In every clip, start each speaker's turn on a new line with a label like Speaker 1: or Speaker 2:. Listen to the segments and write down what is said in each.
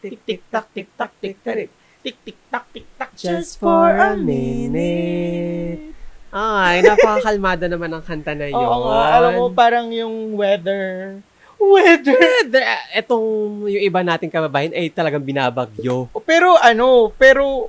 Speaker 1: Tick tick tock tick tock tick tarik. Tick tick tock tick tock
Speaker 2: Just for a minute. Ay, napakakalmada naman ang kanta na yun.
Speaker 1: Oo nga, alam mo parang yung weather. Weather.
Speaker 2: Brother, etong yung iba nating kababayan ay talagang binabagyo.
Speaker 1: O, Pero ano, pero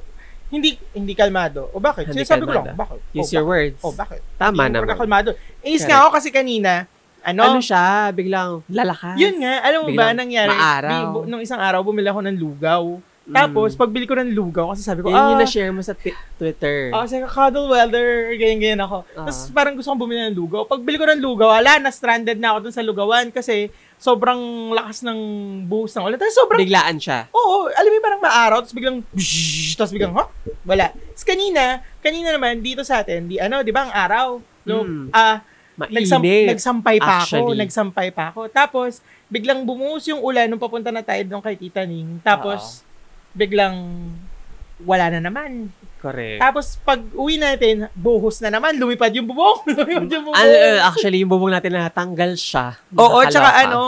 Speaker 1: hindi hindi kalmado. O bakit?
Speaker 2: Hindi
Speaker 1: Sinasabi ko
Speaker 2: kalmado.
Speaker 1: lang, bakit?
Speaker 2: Use
Speaker 1: o,
Speaker 2: your words.
Speaker 1: bakit? O bakit?
Speaker 2: Tama
Speaker 1: Hindi mo
Speaker 2: naman.
Speaker 1: kalmado. Ace
Speaker 2: Correct.
Speaker 1: nga ako kasi kanina, ano,
Speaker 2: Ano siya? Biglang lalakas.
Speaker 1: yun nga, alam mo ba,
Speaker 2: Biglang
Speaker 1: nangyari,
Speaker 2: maaraw.
Speaker 1: di- bu- nung isang araw, bumili ako ng lugaw.
Speaker 2: Mm.
Speaker 1: Tapos, pagbili ko ng lugaw, kasi sabi ko,
Speaker 2: Yun
Speaker 1: ah,
Speaker 2: yung na-share mo sa ti- Twitter.
Speaker 1: Ah, sabi ko, cuddle weather, ganyan-ganyan ako.
Speaker 2: Ah.
Speaker 1: Tapos parang gusto kong bumili ng lugaw. Pagbili ko ng lugaw, wala, na-stranded na ako dun sa lugawan kasi sobrang lakas ng buhos ng ulan. Tapos sobrang,
Speaker 2: Biglaan siya.
Speaker 1: oo, alam mo yung parang maaraw, tapos biglang, bzzz, tapos biglang, ha? Wala. Tapos kanina, kanina naman, dito sa atin, di ano, di ba, ang araw, no?
Speaker 2: Mm.
Speaker 1: Ah, Nagsam-
Speaker 2: Mainit.
Speaker 1: nagsampay pa ako,
Speaker 2: actually.
Speaker 1: nagsampay pa ako. Tapos, biglang bumuhos yung ulan nung papunta na tayo doon kay Tita Ning. Tapos, biglang wala na naman.
Speaker 2: Correct.
Speaker 1: Tapos, pag uwi natin, buhos na naman. Lumipad yung bubong. Lumipad yung bubong.
Speaker 2: Ano, uh, actually, yung bubong natin natanggal siya.
Speaker 1: Oo,
Speaker 2: Nakakalaw
Speaker 1: tsaka
Speaker 2: pa.
Speaker 1: ano,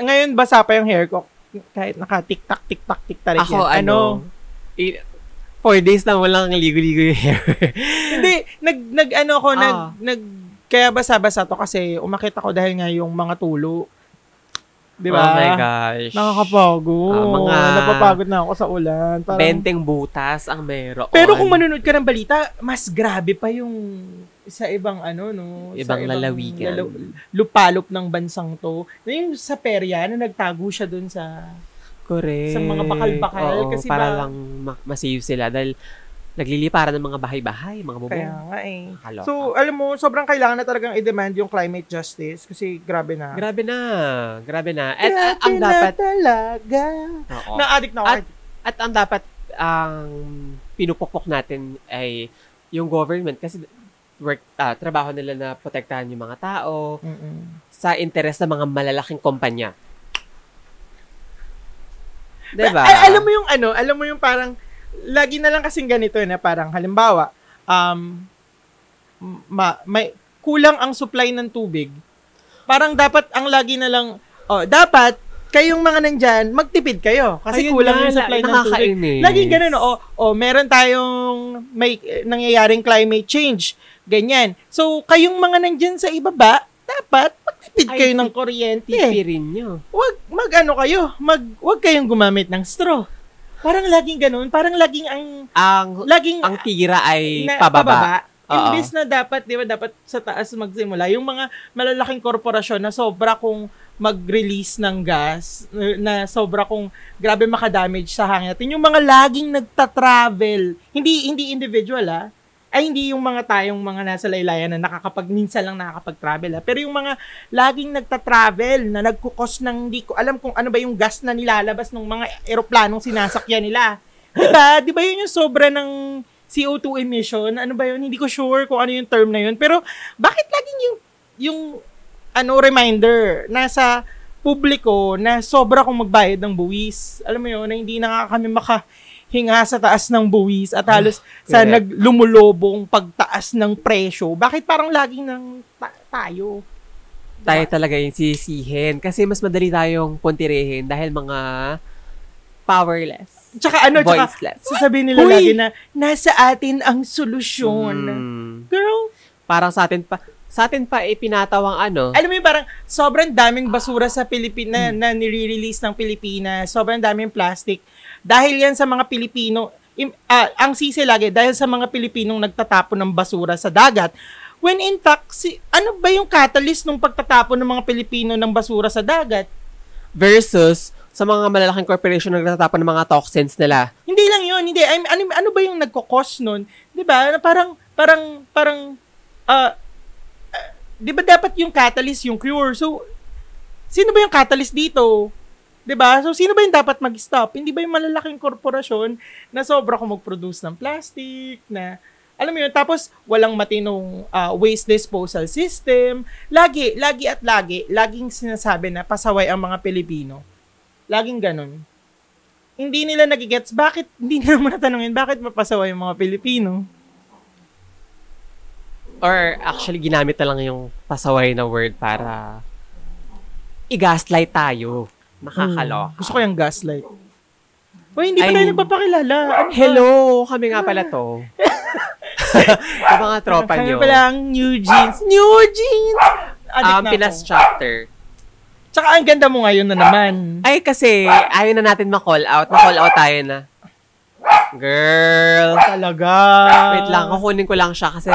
Speaker 1: ngayon basa pa yung hair ko. Kahit naka-tiktak, tiktak, tiktak rin
Speaker 2: Ako,
Speaker 1: yan.
Speaker 2: ano, i- four days na walang ligo-ligo yung hair.
Speaker 1: Hindi, nag, nag, ano ko, nag,
Speaker 2: Ah.
Speaker 1: nag, kaya basa-basa to kasi umakit ako dahil nga yung mga tulo. Di ba?
Speaker 2: Oh my gosh.
Speaker 1: Nakakapagod.
Speaker 2: Ah, mga-
Speaker 1: Napapagod na ako sa ulan. Parang,
Speaker 2: Benteng butas ang meron.
Speaker 1: Pero kung manunod ka ng balita, mas grabe pa yung sa ibang ano no sa
Speaker 2: Ibang lalawigan.
Speaker 1: lupalop ng bansang to na yung sa perya na nagtago siya dun sa
Speaker 2: Correct.
Speaker 1: sa mga bakal-bakal,
Speaker 2: Oo,
Speaker 1: kasi
Speaker 2: para
Speaker 1: ba-
Speaker 2: lang ma- masave sila dahil nagliliparan ng mga bahay-bahay, mga bubong.
Speaker 1: kaya nga eh
Speaker 2: Nakakaloka.
Speaker 1: so alam mo sobrang kailangan na talagang i-demand yung climate justice kasi grabe na
Speaker 2: grabe na. Grabe na. At,
Speaker 1: Grabe
Speaker 2: at ang
Speaker 1: na
Speaker 2: dapat,
Speaker 1: talaga
Speaker 2: Oo.
Speaker 1: na addict na ako
Speaker 2: At- at ang dapat ang pinupukpok natin ay yung government kasi work ah, trabaho nila na protektahan yung mga tao
Speaker 1: Mm-mm.
Speaker 2: sa interes ng mga malalaking kumpanya. 'Di ba?
Speaker 1: Ay, alam mo yung ano, alam mo yung parang, lagi na lang kasing ganito eh, na parang, halimbawa, um, ma, may, kulang ang supply ng tubig. Parang dapat, ang lagi na lang, oh, dapat, kayong mga nandyan, magtipid kayo. Kasi
Speaker 2: Ayun
Speaker 1: kulang
Speaker 2: nga,
Speaker 1: yung supply
Speaker 2: la-
Speaker 1: ng tubig.
Speaker 2: nakakainis.
Speaker 1: Laging ganun, o, o, meron tayong, may, eh, nangyayaring climate change. Ganyan. So, kayong mga nandyan sa ibaba, dapat, magtipid
Speaker 2: Ay,
Speaker 1: kayo ng kuryente
Speaker 2: Tipirin nyo.
Speaker 1: wag mag ano kayo, mag wag kayong gumamit ng straw. Parang laging ganun, parang laging ang
Speaker 2: Ang
Speaker 1: laging
Speaker 2: ang tira ay
Speaker 1: na-
Speaker 2: pababa. Oo.
Speaker 1: Imbis na dapat, di ba, dapat sa taas magsimula. Yung mga malalaking korporasyon na sobra kung mag-release ng gas, na- na sobra kung grabe makadamage sa hangin natin. Yung mga laging nagta-travel, hindi, hindi individual ah, ay hindi yung mga tayong mga nasa laylayan na nakakapag, minsan lang nakakapag-travel ah. Pero yung mga laging nagta-travel na nagkukos ng hindi ko alam kung ano ba yung gas na nilalabas ng mga eroplanong sinasakyan nila. Diba? Diba yun yung sobra ng CO2 emission? Ano ba yun? Hindi ko sure kung ano yung term na yun. Pero bakit laging yung, yung ano, reminder nasa publiko na sobra kong magbayad ng buwis. Alam mo yun, na hindi na nga kami makahinga sa taas ng buwis at halos sa
Speaker 2: Mm, correct.
Speaker 1: naglumulobong pagtaas ng presyo. Bakit parang laging ng ta- tayo?
Speaker 2: tayo talaga yung sisihin kasi mas madali tayong puntirehin dahil mga powerless.
Speaker 1: Tsaka ano, tsaka
Speaker 2: voiceless.
Speaker 1: sasabihin nila
Speaker 2: Uy!
Speaker 1: lagi na nasa atin ang solusyon.
Speaker 2: Mm.
Speaker 1: Girl,
Speaker 2: Parang sa atin pa sa atin pa ipinatawang ano.
Speaker 1: alam mo yung parang sobrang daming basura sa Pilipinas na, na nire-release ng Pilipinas. Sobrang daming plastic. Dahil yan sa mga Pilipino, im- ah, ang sisi lagi, dahil sa mga Pilipinong nagtatapon ng basura sa dagat, when in fact, si, ano ba yung catalyst ng pagtatapon ng mga Pilipino ng basura sa dagat?
Speaker 2: versus sa mga malalaking corporation na nagtatapon ng mga toxins nila.
Speaker 1: Hindi lang yun, hindi. I mean, ano, ano ba yung nagkakos nun? Di ba? Na Parang, parang, parang, ah, ah, di ba dapat yung catalyst, yung cure? So, sino ba yung catalyst dito? Di ba? So, sino ba yung dapat mag-stop? Hindi ba yung malalaking korporasyon na sobra kung mag-produce ng plastic, na, alam mo yun, tapos walang matinong ah, waste disposal system. Lagi, lagi at lagi, laging sinasabi na pasaway ang mga Pilipino. Laging ganun hindi nila nagigets bakit hindi nila mo natanungin bakit mapasawa yung mga Pilipino.
Speaker 2: Or actually, ginamit na lang yung pasaway na word para i-gaslight tayo. Nakakaloka.
Speaker 1: Gusto ko yung gaslight. Uy, hindi pa
Speaker 2: I
Speaker 1: tayo
Speaker 2: mean-
Speaker 1: nagpapakilala. Ano ba?
Speaker 2: Hello! Kami nga pala to. Yung mga tropa
Speaker 1: Kaya
Speaker 2: nyo.
Speaker 1: pala ang new jeans. New jeans! Addict
Speaker 2: Um,
Speaker 1: na
Speaker 2: Pinas
Speaker 1: ako.
Speaker 2: chapter.
Speaker 1: Tsaka ang ganda mo ngayon na naman.
Speaker 2: Ay, kasi ayaw na natin ma-call out. Ma-call out tayo na. Girl.
Speaker 1: Talaga. Ah.
Speaker 2: Wait lang, kukunin ko lang siya kasi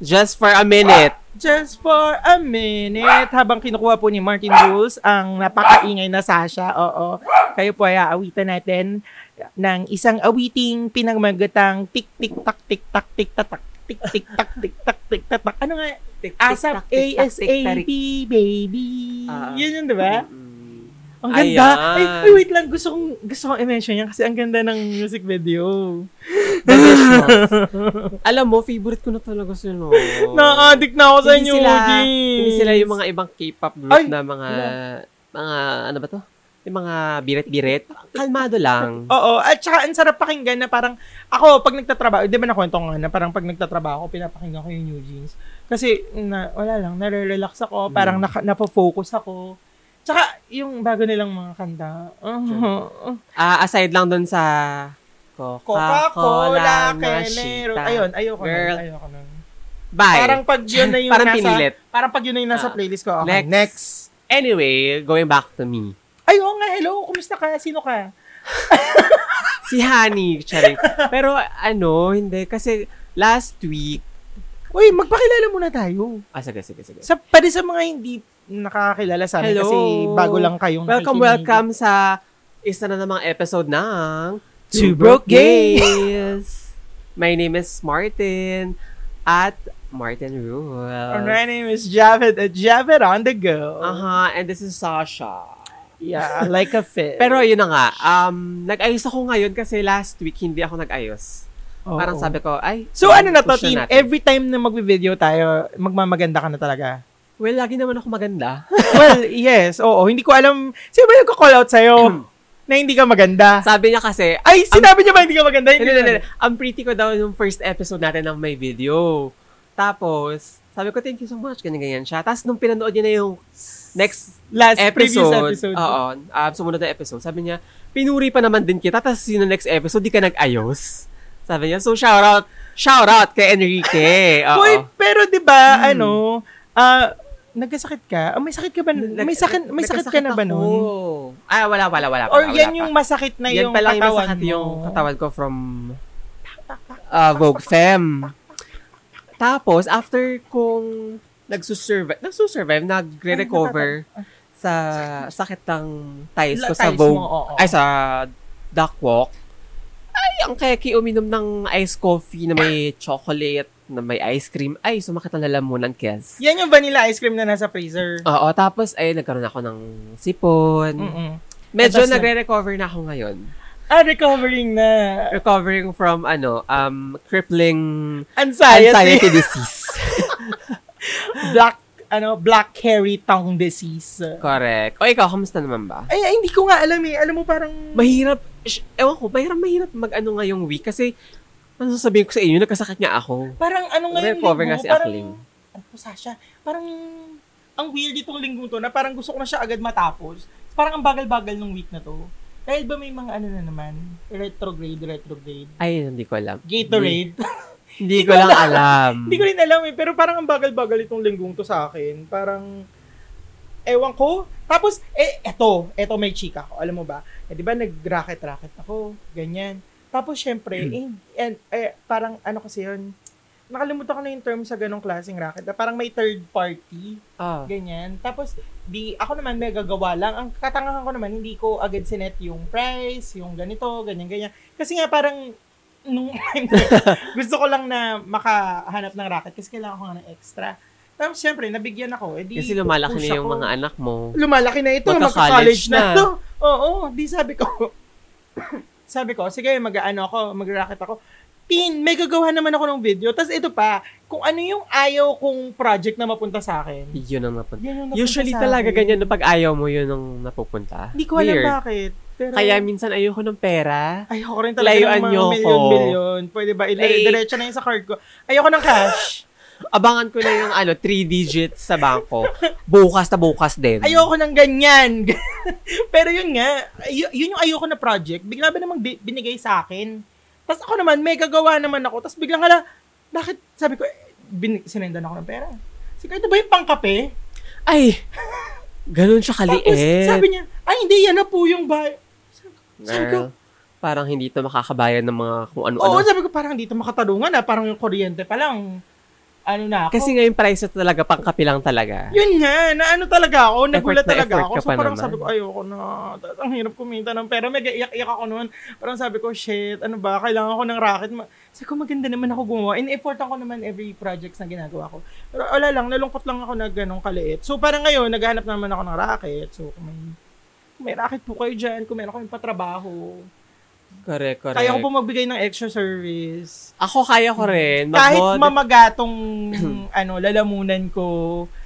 Speaker 2: just for a minute.
Speaker 1: Just for a minute. Habang kinukuha po ni Martin Jules ang napakaingay na Sasha. Oo. Kayo po ay aawitan natin ng isang awiting pinagmagatang tik tik tak tik tak tik tatak tik tik tak tik tak tik tatak. Ano nga? ASAP, ASAP, baby.
Speaker 2: Ah.
Speaker 1: Yun yun, di ba?
Speaker 2: Mm-mm.
Speaker 1: Ang ganda. Ay,
Speaker 2: Ayan.
Speaker 1: ay, wait lang. Gusto kong, gusto kong i-mention yan kasi ang ganda ng music video.
Speaker 2: Delicious. Alam mo, favorite ko na talaga sila.
Speaker 1: Na-addict na ako sa
Speaker 2: Oh. Hindi
Speaker 1: new
Speaker 2: sila-
Speaker 1: jeans.
Speaker 2: Hindi sila yung mga ibang K-pop group
Speaker 1: Ay,
Speaker 2: na mga,
Speaker 1: wala.
Speaker 2: mga, ano ba to? Yung mga biret-biret. Kalmado lang.
Speaker 1: Oo. At saka, ang sarap pakinggan na parang, ako, pag nagtatrabaho, eh, di ba nakwento ko nga na parang pag nagtatrabaho, ako, pinapakinggan ko yung new jeans. Kasi, na, wala lang, nare-relax
Speaker 2: Hmm.
Speaker 1: ako, parang naka, napofocus ako. Tsaka, yung bago nilang mga kanta. Uh,
Speaker 2: Ah, aside lang dun sa
Speaker 1: Coca-Cola,
Speaker 2: Coca-Cola,
Speaker 1: Kenero.
Speaker 2: Machita.
Speaker 1: Ayun, ayoko
Speaker 2: Girl.
Speaker 1: nun. Ayoko nun.
Speaker 2: Bye.
Speaker 1: Parang pag yun na yung
Speaker 2: Parang
Speaker 1: nasa,
Speaker 2: pinilit.
Speaker 1: Parang pag yun na yung nasa
Speaker 2: Ah.
Speaker 1: playlist ko. Okay,
Speaker 2: Next.
Speaker 1: next.
Speaker 2: Anyway, going back to me.
Speaker 1: Ay, oo nga, hello, kumusta ka? Sino ka?
Speaker 2: Si Honey, charing. Pero ano, hindi. Kasi last week,
Speaker 1: Uy, magpakilala muna tayo.
Speaker 2: ah, sige, sige, sige.
Speaker 1: Sa, pwede sa mga hindi nakakakilala sa amin
Speaker 2: Hello.
Speaker 1: kasi bago lang kayong
Speaker 2: Welcome,
Speaker 1: nakikinig.
Speaker 2: welcome sa isa na namang episode ng
Speaker 1: Two Broke Gays.
Speaker 2: Gays. My name is Martin at Martin Rules.
Speaker 1: And My name is Javed at Javed on the go.
Speaker 2: Aha, and this is Sasha.
Speaker 1: Yeah, like a fit.
Speaker 2: Pero yun na nga, um, nag-ayos ako ngayon kasi last week hindi ako nag-ayos.
Speaker 1: Oo.
Speaker 2: Parang sabi ko, ay,
Speaker 1: So ano na to,
Speaker 2: push
Speaker 1: team?
Speaker 2: natin.
Speaker 1: Every time na magbe-video tayo, magmamaganda ka na talaga.
Speaker 2: Well, lagi naman ako maganda.
Speaker 1: well, yes. Oo, hindi ko alam. Siyempre nagko-call out sa'yo na hindi ka maganda.
Speaker 2: sabi niya kasi,
Speaker 1: Ay, sinabi niya ba hindi ka maganda?
Speaker 2: Hindi,
Speaker 1: na
Speaker 2: hindi, hindi. Ang pretty ko daw nung first episode natin ng may video. Tapos, sabi ko, thank you so much, ganyan-ganyan siya. Tapos, nung pinanood niya na yung next
Speaker 1: Last previous episode.
Speaker 2: episode, oo, um, sumunod na episode, sabi niya, pinuri pa naman din kita, tapos yun yung next episode, di ka nag-ayos. Sabi niya, so shout out, shout out kay Enrique.
Speaker 1: Uy,
Speaker 2: Oo. Hmm.
Speaker 1: pero 'di ba ano, ah nagkasakit ka? Ah, may sakit ka ba?
Speaker 2: Nag-
Speaker 1: may sakit may sakit ka na ba
Speaker 2: nagkasakit
Speaker 1: noon?
Speaker 2: ako. Ah, wala, wala, wala.
Speaker 1: Or
Speaker 2: wala,
Speaker 1: yan
Speaker 2: wala
Speaker 1: yung
Speaker 2: pa.
Speaker 1: masakit na yung
Speaker 2: yan pala yung
Speaker 1: katawan
Speaker 2: masakit
Speaker 1: mo? Ah,
Speaker 2: yung katawan ko from uh, Vogue Femme. Tapos, after kong nagsusurvive, nagsusurvive, nagre-recover sa sakit ng thighs ko sa
Speaker 1: Thighs mo,
Speaker 2: Vogue,
Speaker 1: oo.
Speaker 2: ay sa duck walk, ay, ang keki uminom ng iced coffee na may chocolate, na may ice cream, ay, sumakit ang lalamunan, Kes.
Speaker 1: Yan yung vanilla ice cream na nasa freezer.
Speaker 2: Oo, tapos, ay, nagkaroon ako ng sipon.
Speaker 1: Mm-mm. Tapos
Speaker 2: Medyo
Speaker 1: na-
Speaker 2: nagre-recover na ako ngayon.
Speaker 1: Ah, recovering na.
Speaker 2: Recovering from, ano, um, crippling Ah,
Speaker 1: Anxiety.
Speaker 2: anxiety disease.
Speaker 1: black, ano, black hairy tongue disease.
Speaker 2: Correct. O ikaw, kamusta naman ba?
Speaker 1: Ay, ay, hindi ko nga alam eh. Alam mo parang...
Speaker 2: Mahirap, sh- ewan ko, mahirap, mahirap mag-ano ngayong week kasi, ano sasabihin ko sa inyo, nagkasakit nga ako.
Speaker 1: Parang ano ngayon
Speaker 2: Recover
Speaker 1: linggo,
Speaker 2: nga si
Speaker 1: parang...
Speaker 2: Akling.
Speaker 1: Ano po, Sasha? Parang... Ang weird itong linggo to na parang gusto ko na siya agad matapos. Parang ang bagal-bagal nung week na to. Dahil ba may mga ano na naman? Retrograde, retrograde.
Speaker 2: Ay, hindi ko alam.
Speaker 1: Gatorade.
Speaker 2: Hindi, hindi ko lang alam.
Speaker 1: Hindi ko rin alam eh, pero parang ang bagal-bagal itong linggong to sa akin. Parang, ewan ko. Tapos, eh, eto, eto may chika ko. Alam mo ba? Eh, di ba nag-racket-racket ako, ganyan. Tapos, syempre, eh, and, eh, parang ano kasi yun, nakalimutan ko na yung term sa ganong klaseng racket. na Parang may third party,
Speaker 2: Ah,
Speaker 1: ganyan. Tapos, di, ako naman may gagawa lang. Ang katangahan ko naman, hindi ko agad sinet yung price, yung ganito, ganyan, ganyan. Kasi nga parang, nung gusto ko lang na makahanap ng racket kasi kailangan ko nga ng extra. Tapos syempre, nabigyan ako. Eh, di,
Speaker 2: kasi lumalaki
Speaker 1: push
Speaker 2: na yung
Speaker 1: ako.
Speaker 2: mga anak mo.
Speaker 1: Lumalaki na ito.
Speaker 2: Magka-college
Speaker 1: Magka-college na.
Speaker 2: na.
Speaker 1: ito. Oo, di sabi ko. sabi ko, sige, mag-ano ako, mag-racket ako. Tin, may gagawa naman ako ng video. Tapos ito pa, kung ano yung ayaw kong project na mapunta sa akin.
Speaker 2: Yun ang napunta.
Speaker 1: Yan yung napunta
Speaker 2: Usually
Speaker 1: sa
Speaker 2: talaga
Speaker 1: akin.
Speaker 2: ganyan, no, pag ayaw mo, yun ang napupunta.
Speaker 1: Hindi ko alam
Speaker 2: Weird.
Speaker 1: bakit. Pero,
Speaker 2: Kaya minsan ayoko ng pera.
Speaker 1: Ayoko rin talaga
Speaker 2: Layuan
Speaker 1: ng mga
Speaker 2: niyo ko.
Speaker 1: million-million. Pwede ba? Ila-
Speaker 2: Like-
Speaker 1: diretso na yun sa card ko. Ayoko ng cash.
Speaker 2: Abangan ko na yung ano, three digits sa bangko. Bukas na bukas din.
Speaker 1: Ayoko ng ganyan. Pero yun nga, y- yun yung ayoko na project. Bigla ba namang bi- binigay sa akin? Tapos ako naman, may gagawa naman ako. Tapos biglang hala, bakit sabi ko, eh, bin- sinendan ako ng pera. Sige, ito ba yung pangkape?
Speaker 2: Ay! Ganun siya
Speaker 1: Tapos
Speaker 2: kaliit.
Speaker 1: sabi niya, ay hindi, yan na po yung bahay. sabi ko-
Speaker 2: Girl, parang hindi to makakabayan ng mga kung
Speaker 1: Oo,
Speaker 2: ano-ano.
Speaker 1: sabi ko parang dito makatalungan na, parang yung kuryente pa lang. Ano na ako.
Speaker 2: Kasi ngayon price na talaga pangkapi lang talaga.
Speaker 1: Yun nga, na ano talaga ako, nagulat
Speaker 2: na
Speaker 1: talaga
Speaker 2: effort
Speaker 1: ako.
Speaker 2: ka
Speaker 1: So
Speaker 2: pa
Speaker 1: parang
Speaker 2: naman.
Speaker 1: sabi ko, ayoko na. Tapos ang hirap kumita ng pera. Mega iyak-iyak ako noon. Parang sabi ko, shit, ano ba, kailangan ko ng racket. Ma- sabi ko, maganda naman ako gumawa. In effort ako naman every projects na ginagawa ko. Pero wala lang, nalungkot lang ako na ganong kaliit. So parang ngayon, naghahanap naman ako ng racket. So kung may, kung may racket po kayo dyan, kung meron kayong patrabaho.
Speaker 2: Correct, correct.
Speaker 1: Kaya ko po magbigay ng extra service.
Speaker 2: Ako kaya ko rin.
Speaker 1: Kahit
Speaker 2: Mag-mod-
Speaker 1: mamagatong ano, lalamunan ko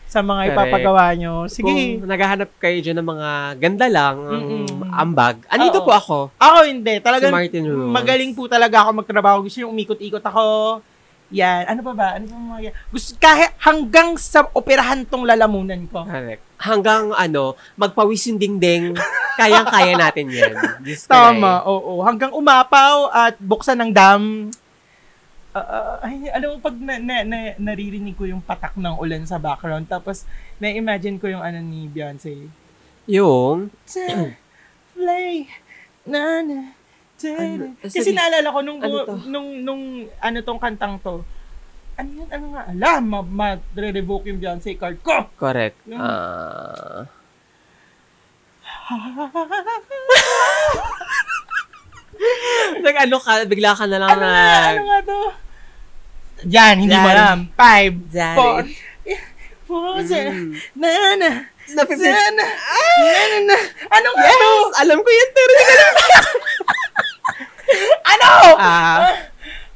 Speaker 1: sa mga
Speaker 2: Correct.
Speaker 1: ipapagawa nyo. Sige.
Speaker 2: Kung naghahanap kayo dyan ng mga ganda lang, ang
Speaker 1: Mm-mm.
Speaker 2: ambag, andito
Speaker 1: Oo.
Speaker 2: po ako.
Speaker 1: Ako hindi. Talagang
Speaker 2: Si Martin Rules.
Speaker 1: magaling po talaga ako magtrabaho. Gusto yung umikot-ikot ako. Yan. Ano pa ba? Ano pa mga Gusto, kahit hanggang sa operahan tong lalamunan ko.
Speaker 2: Correct. Hanggang ano, magpawis yung dingding, kayang-kaya natin yan. Diyos ko
Speaker 1: Tama, oo. Hanggang umapaw at buksan ng dam. Ah, ah, ay, alam mo, pag na, na- na- naririnig ko yung patak ng ulan sa background, tapos na-imagine ko yung ano ni Beyonce.
Speaker 2: na eh. Yung,
Speaker 1: Ta- Play. Na, na, ta- na.
Speaker 2: Ano?
Speaker 1: Kasi
Speaker 2: Sige.
Speaker 1: naalala ko nung,
Speaker 2: Ano
Speaker 1: bu-
Speaker 2: to?
Speaker 1: nung, nung, ano tong kantang to. Ano yun? Ano nga? Ala, ma- ma-revoke yung Beyonce card ko.
Speaker 2: correct.
Speaker 1: Yung-
Speaker 2: Ah.
Speaker 1: Ano
Speaker 2: Nag-ano ka, bigla ka na lang
Speaker 1: ano nga? Ano nga to? Yan, hindi mo
Speaker 2: Yan.
Speaker 1: alam. Five,
Speaker 2: Yan.
Speaker 1: four, four, seven,
Speaker 2: Mm. Ah!
Speaker 1: na, na,
Speaker 2: na
Speaker 1: sana, na, na, na. Ano nga to?
Speaker 2: Alam ko yan, pero hindi ka na.
Speaker 1: Ano?
Speaker 2: Ah,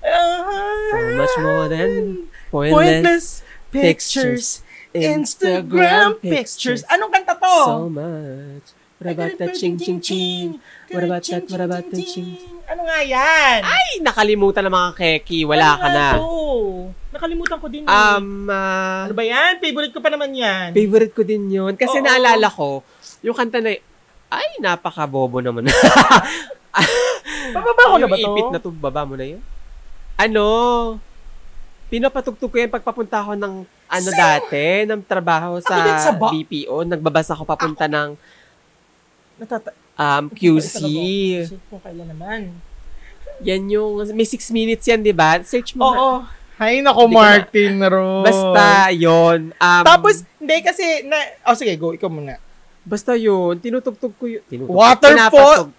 Speaker 1: Ah,
Speaker 2: so much more than pointless,
Speaker 1: pointless pictures. Instagram pictures.
Speaker 2: Ano?
Speaker 1: Anong kanta to?
Speaker 2: So much. What about that ching ching ching? What about that? What about that ching?
Speaker 1: Ano nga yan?
Speaker 2: Ay, nakalimutan na mga keki. Wala
Speaker 1: Ano
Speaker 2: ka
Speaker 1: nga
Speaker 2: na.
Speaker 1: to? Nakalimutan ko din. eh.
Speaker 2: Um, ah,
Speaker 1: ano ba yan? Favorite ko pa naman yan.
Speaker 2: favorite ko din yun. Kasi
Speaker 1: Oo.
Speaker 2: naalala ko, yung kanta na, ay, napaka-bobo naman.
Speaker 1: Bababa ko na
Speaker 2: yung
Speaker 1: ba to?
Speaker 2: ipit na to, baba mo na yun. Ano? Pinapatugtog ko yan pagpapunta ako ng ano
Speaker 1: Sa'yo!
Speaker 2: dati, ng trabaho sa,
Speaker 1: din sa ba-
Speaker 2: BPO. Nagbabasa ako papunta ng
Speaker 1: Natata-
Speaker 2: um,
Speaker 1: Nakita
Speaker 2: QC.
Speaker 1: ko. Shit, kung kailan naman.
Speaker 2: Yan yung, may 6 minutes yan, di ba? Search mo. na.
Speaker 1: Oo. Hay nako,
Speaker 2: Hindi ko na-
Speaker 1: Martin Ro.
Speaker 2: Basta yon. Um,
Speaker 1: Tapos, hindi kasi, na, oh sige, go, ikaw muna.
Speaker 2: Basta yun, tinutugtog ko yun. Tinutugtog,
Speaker 1: Waterfall!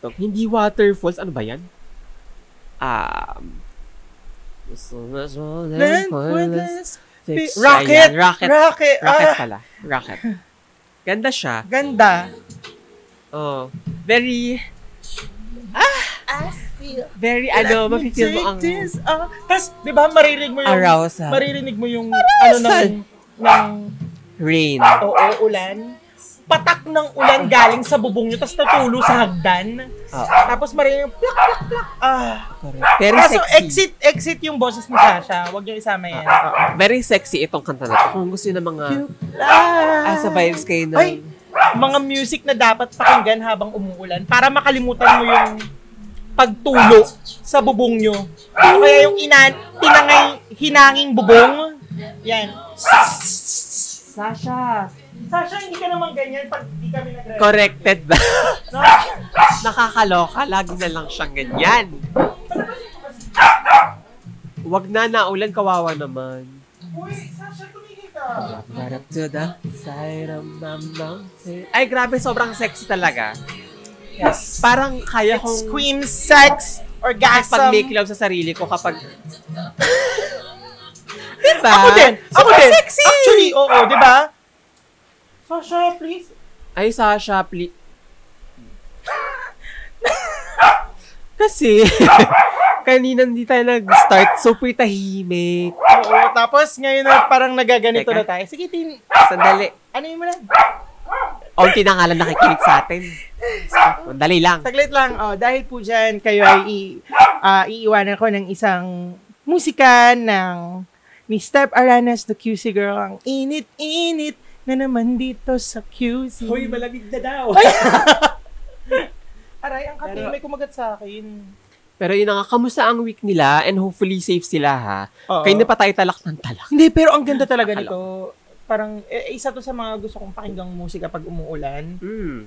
Speaker 2: pinapatugtog. Hindi waterfalls. Ano ba yan? Um, gusto na so
Speaker 1: Land,
Speaker 2: pointless
Speaker 1: wilderness, fi-
Speaker 2: fix-
Speaker 1: rocket,
Speaker 2: Ayan, rocket.
Speaker 1: rocket,
Speaker 2: Rocket
Speaker 1: ah,
Speaker 2: pala. Rocket. Ganda siya.
Speaker 1: ganda.
Speaker 2: Oh. Very, ah, very, ano, mapifeel mo ang
Speaker 1: Tapos, Ah, di ba, maririnig mo yung,
Speaker 2: arousal.
Speaker 1: maririnig mo yung, ano, ng, ng,
Speaker 2: Rain.
Speaker 1: oo, ulan. Patak ng ulan galing sa bubong nyo, tapos natulo sa hagdan.
Speaker 2: Oo.
Speaker 1: Tapos maririnig yung, plak, plak, plak. Ah.
Speaker 2: Correct. Very
Speaker 1: Kaso,
Speaker 2: sexy.
Speaker 1: exit, exit yung boses ni Sasha. Huwag nyo isama yan. Oo.
Speaker 2: Very sexy itong kanta na to. Kung gusto nyo ng mga ah, sa vibes kayo ng...
Speaker 1: Ay, mga music na dapat pakinggan habang umuulan para makalimutan mo yung pagtulo sa bubong nyo. O kaya yung inan, tinangay, hinanging bubong. Yan. Sasha! Sasha, hindi ka naman ganyan pag di kami nag
Speaker 2: Corrected ba?
Speaker 1: No?
Speaker 2: Nakakaloka. Lagi na lang siyang ganyan. Wag na naulan, kawawa naman.
Speaker 1: Uy, Sasha, tumigil ka.
Speaker 2: Right up to the side of my mountain. Ay, grabe, sobrang sexy talaga.
Speaker 1: Yes.
Speaker 2: Parang kaya
Speaker 1: It
Speaker 2: kong
Speaker 1: screams sex, orgasm.
Speaker 2: pag-make love sa sarili ko kapag... diba?
Speaker 1: Ako din. Ako
Speaker 2: Sobrang
Speaker 1: din.
Speaker 2: sexy!
Speaker 1: Actually, oo, di ba? Sasha, please.
Speaker 2: Ay, Sasha, please. Kasi, kanina hindi tayo nag-start. Super tahimik.
Speaker 1: Oo, tapos ngayon na parang nagaganito
Speaker 2: Teka.
Speaker 1: na tayo. Sige, tin,
Speaker 2: Sandali.
Speaker 1: ano yun mo lang?
Speaker 2: Onti na nga lang nakikinig sa atin. Sandali lang.
Speaker 1: Saglit lang, oh, dahil po dyan kayo ay i, ah, iiwanan ko ng isang musika ng ni Step Aranas, the QC girl, ang init-init na naman dito sa QC.
Speaker 3: Hoy, malamig na daw.
Speaker 1: Aray, ang kape,
Speaker 3: Pero-
Speaker 1: may kumagat sa akin.
Speaker 2: Pero yun na nga, kamusta ang week nila and hopefully safe sila ha.
Speaker 1: Oo.
Speaker 2: Kaya hindi pa tayo talak ng talak.
Speaker 1: Hindi, pero ang ganda talaga
Speaker 2: Akala
Speaker 1: nito. Parang, eh, isa to sa mga gusto kong pakinggang musika pag umuulan.
Speaker 2: Mm.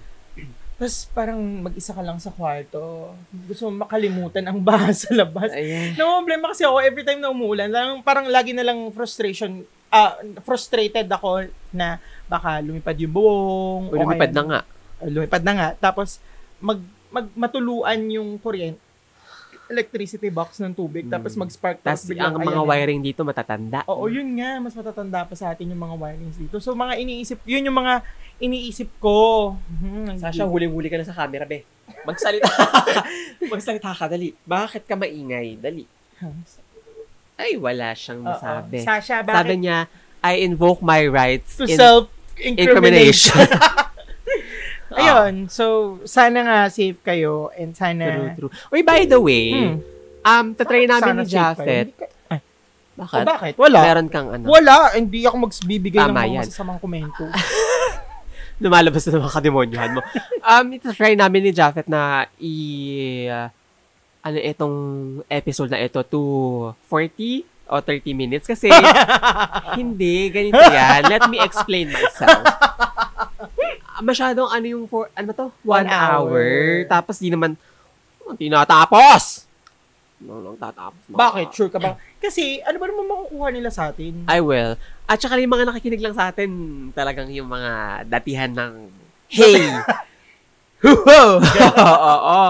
Speaker 1: Tapos parang mag-isa ka lang sa kwarto. Gusto mo makalimutan ang baha sa labas.
Speaker 2: Ayan.
Speaker 1: No problema kasi ako every time na umuulan, parang, parang lagi na lang frustration, ah, frustrated ako na baka lumipad yung buong.
Speaker 2: O, lumipad na nga.
Speaker 1: Lumipad na nga. Tapos, mag, mag, matuluan yung kuryente electricity box ng tubig.
Speaker 2: Hmm.
Speaker 1: Tapos mag-spark.
Speaker 2: Tapos
Speaker 1: biglang
Speaker 2: ang mga
Speaker 1: ayan.
Speaker 2: wiring dito matatanda.
Speaker 1: Oo, yun nga. Mas matatanda pa sa atin yung mga wirings dito. So, mga iniisip, yun yung mga iniisip ko. Mhm.
Speaker 3: Sasha, huli-huli ka na sa camera, be.
Speaker 2: Magsalita. Magsalita ka, dali. Bakit ka maingay? Dali. Ay, wala siyang
Speaker 1: Oo.
Speaker 2: masabi.
Speaker 1: Sasha,
Speaker 2: Sabi
Speaker 1: bakit?
Speaker 2: niya, I invoke my rights
Speaker 1: to
Speaker 2: in
Speaker 1: self-incrimination.
Speaker 2: incrimination. Ah.
Speaker 1: Ayun. So, sana nga safe kayo and
Speaker 2: True,
Speaker 1: sana...
Speaker 2: true. Uy, by the way,
Speaker 1: Hmm.
Speaker 2: um, tatry
Speaker 1: Sana safe
Speaker 2: namin ni
Speaker 1: kayo.
Speaker 2: Jafet.
Speaker 1: Hindi ka-
Speaker 2: Bakit?
Speaker 1: Oh, bakit? Wala.
Speaker 2: Meron kang ano,
Speaker 1: Wala. Hindi ako magbibigay ng
Speaker 2: Tama
Speaker 1: mga
Speaker 2: yan.
Speaker 1: masasamang komento.
Speaker 2: lumalabas na mga kademonyohan mo. um, itatry namin ni Jafet na i... uh, ano itong episode na ito to 40 o 30 minutes kasi hindi, ganito yan. Let me explain myself. Masyadong ano yung for, ano ba to? One,
Speaker 1: One
Speaker 2: hour.
Speaker 1: hour.
Speaker 2: Tapos di naman, oh, tinatapos! No, no, tatapos. mga-
Speaker 1: Bakit? Sure ka ba? Kasi, ano ba naman makukuha nila sa atin?
Speaker 2: I will. At saka yung mga nakikinig lang sa atin, talagang yung mga datihan ng, hey! Huho! Oo.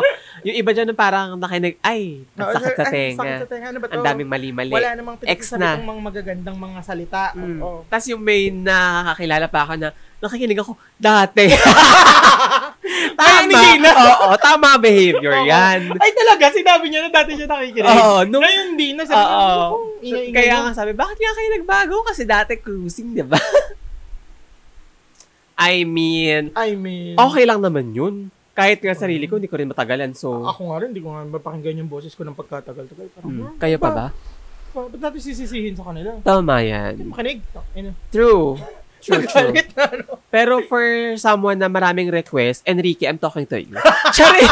Speaker 2: Yung iba dyan na parang nakinig, ay, ang sakit sa
Speaker 1: Ah, Ay, sakit
Speaker 2: tenga.
Speaker 1: sa tenga. Ano ba to?
Speaker 2: Ang daming mali-mali.
Speaker 1: Wala namang
Speaker 2: Ex
Speaker 1: pinagsasabi
Speaker 2: na.
Speaker 1: ng mga magagandang mga salita.
Speaker 2: Mm.
Speaker 1: Oo.
Speaker 2: Tapos yung may nakakilala pa ako na, nakikinig ako dati. tama.
Speaker 1: hindi na.
Speaker 2: Oo, tama behavior
Speaker 1: Oo.
Speaker 2: yan.
Speaker 1: Ay talaga, sinabi niya na dati siya nakikinig.
Speaker 2: Oo, nung-
Speaker 1: Ngayon hindi na. Sabi niya,
Speaker 2: Oo.
Speaker 1: "Naku, ingay-ingay
Speaker 2: Kaya
Speaker 1: mo."
Speaker 2: nga sabi, bakit nga kayo nagbago? Kasi dati cruising, di ba? I mean,
Speaker 1: I mean,
Speaker 2: okay lang naman yun. Kahit nga sarili ko, hindi ko rin matagalan. So,
Speaker 1: ako nga rin, hindi ko nga mapakinggan yung boses ko ng pagkatagal-tagal. Parang,
Speaker 2: mm,
Speaker 1: hmm,
Speaker 2: kayo pa ba?
Speaker 1: ba- Ba't natin sisisihin sa kanila?
Speaker 2: Tama yan.
Speaker 1: Makinig. Ano?
Speaker 2: True. True, true.
Speaker 1: Nagalit na, ano?
Speaker 2: Pero for someone na maraming request, Enrique, I'm talking to you. Sorry.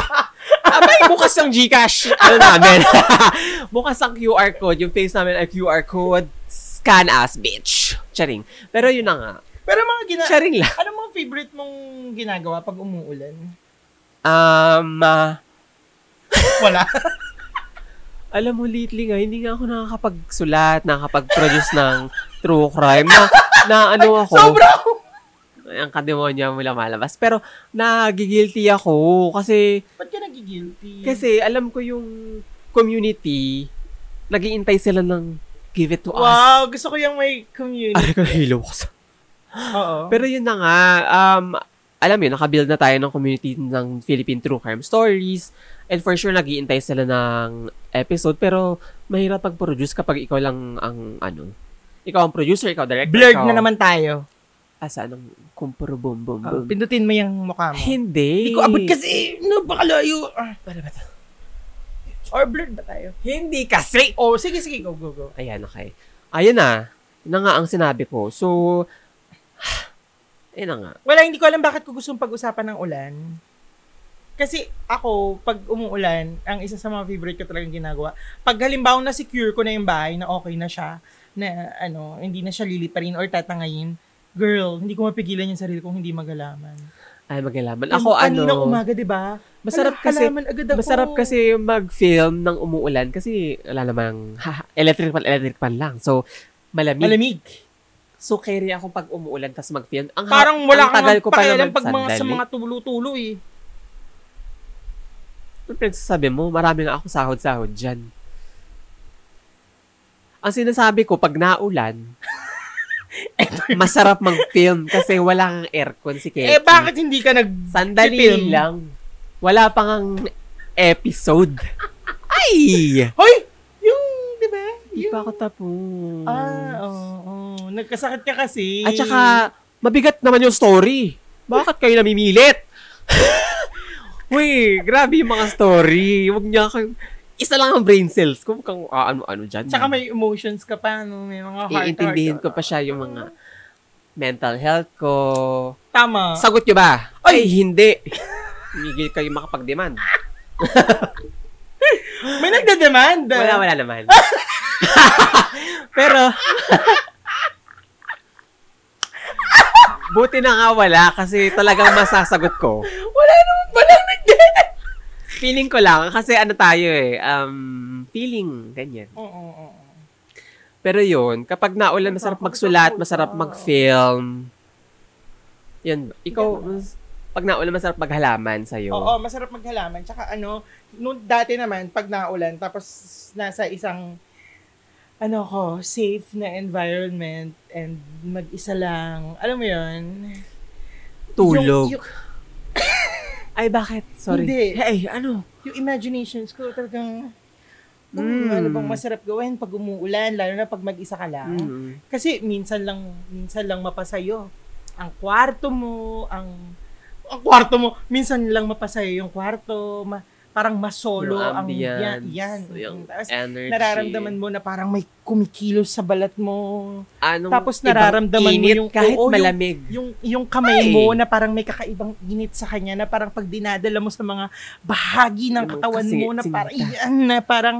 Speaker 2: Abay, bukas ang Gcash. Ano namin? bukas ang QR code. Yung face namin ay QR code. Scan us, bitch. Charing. Pero yun na nga.
Speaker 1: Pero mga gina...
Speaker 2: Charing lang.
Speaker 1: Ano mga favorite mong ginagawa pag umuulan?
Speaker 2: Um, ah,
Speaker 1: Wala.
Speaker 2: alam mo, lately nga, hindi nga ako nakakapagsulat, nakakapag-produce ng true crime. Na, na ano ako.
Speaker 1: Sobra ako.
Speaker 2: Ay, Ang kademonya mo lumalabas. Pero, nagigilty ako kasi
Speaker 1: Ba't ka nagigilty?
Speaker 2: Kasi alam ko yung community, nagiintay sila ng give it to us.
Speaker 1: Wow, gusto ko yung may community.
Speaker 2: Aray ko, hilo ko sa-
Speaker 1: Oo.
Speaker 2: Pero yun na nga, um, alam yun, nakabuild na tayo ng community ng Philippine True Crime Stories. And for sure, nagiintay sila ng episode. Pero mahirap pag-produce kapag ikaw lang ang ano. Ikaw ang producer, ikaw director.
Speaker 1: blurred
Speaker 2: ikaw,
Speaker 1: na naman tayo.
Speaker 2: Asa, anong kumpuro bum bum
Speaker 1: Oh,
Speaker 2: bum.
Speaker 1: pindutin mo yung mukha mo.
Speaker 2: Hindi.
Speaker 1: Hindi ko abot kasi. Napakalayo. Ah, para ba to? Or blurred ba tayo?
Speaker 2: Hindi kasi.
Speaker 1: Oh, sige, sige. Go, go, go.
Speaker 2: Ayan, okay. Ayan na. Yun na nga ang sinabi ko. So, ayun na nga.
Speaker 1: Wala, hindi ko alam bakit ko gustong pag-usapan ng ulan. Kasi ako, pag umuulan, ang isa sa mga favorite ko talagang ginagawa, pag halimbawa na secure ko na yung bahay, na okay na siya, na ano, hindi na siya liliparin or tatangayin, girl, hindi ko mapigilan yung sarili kong hindi magalaman.
Speaker 2: Ay, magalaman. Ako,
Speaker 1: Yung
Speaker 2: ano,
Speaker 1: Kaninang umaga, di ba? Hala,
Speaker 2: masarap kasi,
Speaker 1: halaman agad ako.
Speaker 2: masarap kasi mag-film ng umuulan kasi, wala namang, ha, electric pan, electric pan lang. So, malamig.
Speaker 1: Malamig.
Speaker 2: So, carry ako pag umuulan tas mag-film. Ang, ha-
Speaker 1: Parang wala
Speaker 2: ang tagal
Speaker 1: kang
Speaker 2: ko pa
Speaker 1: pakialam
Speaker 2: naman
Speaker 1: pag mga, sa
Speaker 2: sandali.
Speaker 1: mga tulo-tulo eh.
Speaker 2: Ano pinagsasabi mo? Marami nga ako sahod-sahod dyan. Ang sinasabi ko, pag naulan, masarap mag-film kasi wala kang aircon si
Speaker 1: Eh,
Speaker 2: Keki.
Speaker 1: bakit hindi ka nag...
Speaker 2: Sandali
Speaker 1: film?
Speaker 2: lang. Wala pang ang episode. Ay!
Speaker 1: Hoy! Yung, di ba?
Speaker 2: Hindi
Speaker 1: Yung-
Speaker 2: pa ako tapos.
Speaker 1: Ah, oo. oo. Nagkasakit ka kasi.
Speaker 2: At saka,
Speaker 1: Eh.
Speaker 2: mabigat naman yung story. Bakit kayo namimilit? Uy, grabe yung mga story. Huwag niya kang... isa lang ang brain cells ko. Mukhang ah, ano-ano dyan.
Speaker 1: Tsaka may ah. emotions ka pa, no? may mga heart
Speaker 2: Iintindihin ko pa siya yung mga mental health ko.
Speaker 1: Tama.
Speaker 2: Sagot nyo ba? Ay, hindi. Hindi kayo makapag-demand.
Speaker 1: may nagde-demand.
Speaker 2: Wala, wala naman. Pero, buti na nga wala kasi talagang masasagot ko.
Speaker 1: Wala naman palang nagde
Speaker 2: Feeling ko lang, kasi ano tayo eh, um, feeling, ganyan.
Speaker 1: Oo, oo, oo.
Speaker 2: Pero yun, kapag naulan, masarap magsulat, masarap mag-film. Yan, ikaw, mas- pag naulan, masarap maghalaman sa'yo.
Speaker 1: Oo, masarap maghalaman. Tsaka ano, nung dati naman, pag naulan, tapos nasa isang, ano ko, safe na environment and mag-isa lang. Alam mo yun?
Speaker 2: Tulog.
Speaker 1: Yung, yung,
Speaker 2: Ay, bakit? Sorry.
Speaker 1: Hindi.
Speaker 2: Hey, ano?
Speaker 1: yung imaginations ko talagang, oh,
Speaker 2: Mm.
Speaker 1: ano bang masarap gawin pag umuulan, lalo na pag mag-isa ka lang.
Speaker 2: Mm.
Speaker 1: Kasi minsan lang minsan lang mapasayo ang kwarto mo, ang ang kwarto mo, minsan lang mapasayo yung kwarto, ma- parang masolo
Speaker 2: Yung
Speaker 1: ang yan,
Speaker 2: ambience,
Speaker 1: yan.
Speaker 2: Yung
Speaker 1: Tapos
Speaker 2: energy.
Speaker 1: nararamdaman mo na parang may kumikilos sa balat mo.
Speaker 2: Anong
Speaker 1: tapos
Speaker 2: ibang
Speaker 1: nararamdaman mo
Speaker 2: init
Speaker 1: yung-
Speaker 2: kahit
Speaker 1: oo, yung-
Speaker 2: malamig.
Speaker 1: Yung yung kamay
Speaker 2: Ay.
Speaker 1: mo na parang may kakaibang init sa kanya na parang pag dinadala mo sa mga bahagi ng
Speaker 2: Yung
Speaker 1: katawan
Speaker 2: kasi-
Speaker 1: mo na parang
Speaker 2: sinta.
Speaker 1: yan na parang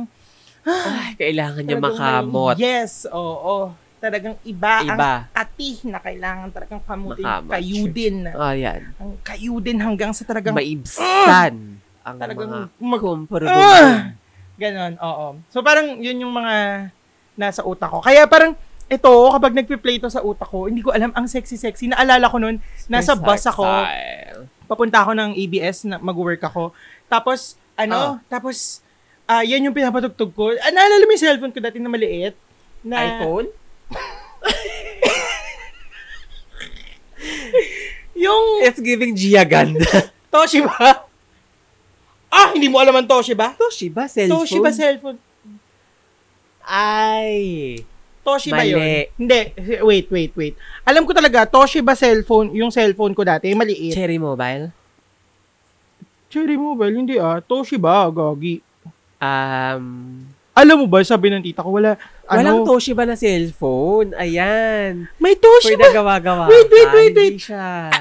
Speaker 2: Ay, kailangan niya
Speaker 1: talagang ah. may-
Speaker 2: makamot.
Speaker 1: Yes, oo. Talagang iba, ang
Speaker 2: Iba.
Speaker 1: atih na kailangan talagang kamutin,
Speaker 2: Makamot.
Speaker 1: kayudin.
Speaker 2: Ayan.
Speaker 1: Ang kayudin hanggang sa talagang
Speaker 2: Maibsan. Ang
Speaker 1: talagang
Speaker 2: mga
Speaker 1: mag-
Speaker 2: kumpara
Speaker 1: Ah! Ganon, oo. So parang yun yung mga nasa utak ko. Kaya parang ito, kapag nagpe-play to sa utak ko, hindi ko alam, ang sexy-sexy. Naalala ko nun, nasa bus ako, papunta ako ng ABS, na mag-work ako. Tapos, ano, tapos, ah yan yung pinapatugtog ko. Ah, naalala mo yung cellphone ko dati na maliit? Na,
Speaker 2: iPhone?
Speaker 1: Yung
Speaker 2: It's giving Gia Ganda.
Speaker 1: Toshiba. Ah, hindi mo alam ang Toshiba?
Speaker 2: Toshiba cellphone?
Speaker 1: Toshiba cellphone.
Speaker 2: Ay.
Speaker 1: Toshiba
Speaker 2: Mali.
Speaker 1: yun. Hindi. Wait, wait, wait. Alam ko talaga, Toshiba cellphone, yung cellphone ko dati, maliit.
Speaker 2: Cherry Mobile?
Speaker 1: Cherry Mobile, hindi ah. Toshiba, gagi.
Speaker 2: Um,
Speaker 1: Alam mo ba, sabi ng tita ko, wala, ano,
Speaker 2: Walang Toshiba na cellphone. Ayan.
Speaker 1: may
Speaker 2: For
Speaker 1: Toshiba.
Speaker 2: the gawa-gawa.
Speaker 1: Wait, wait, wait,
Speaker 2: Hindi
Speaker 1: wait.
Speaker 2: siya.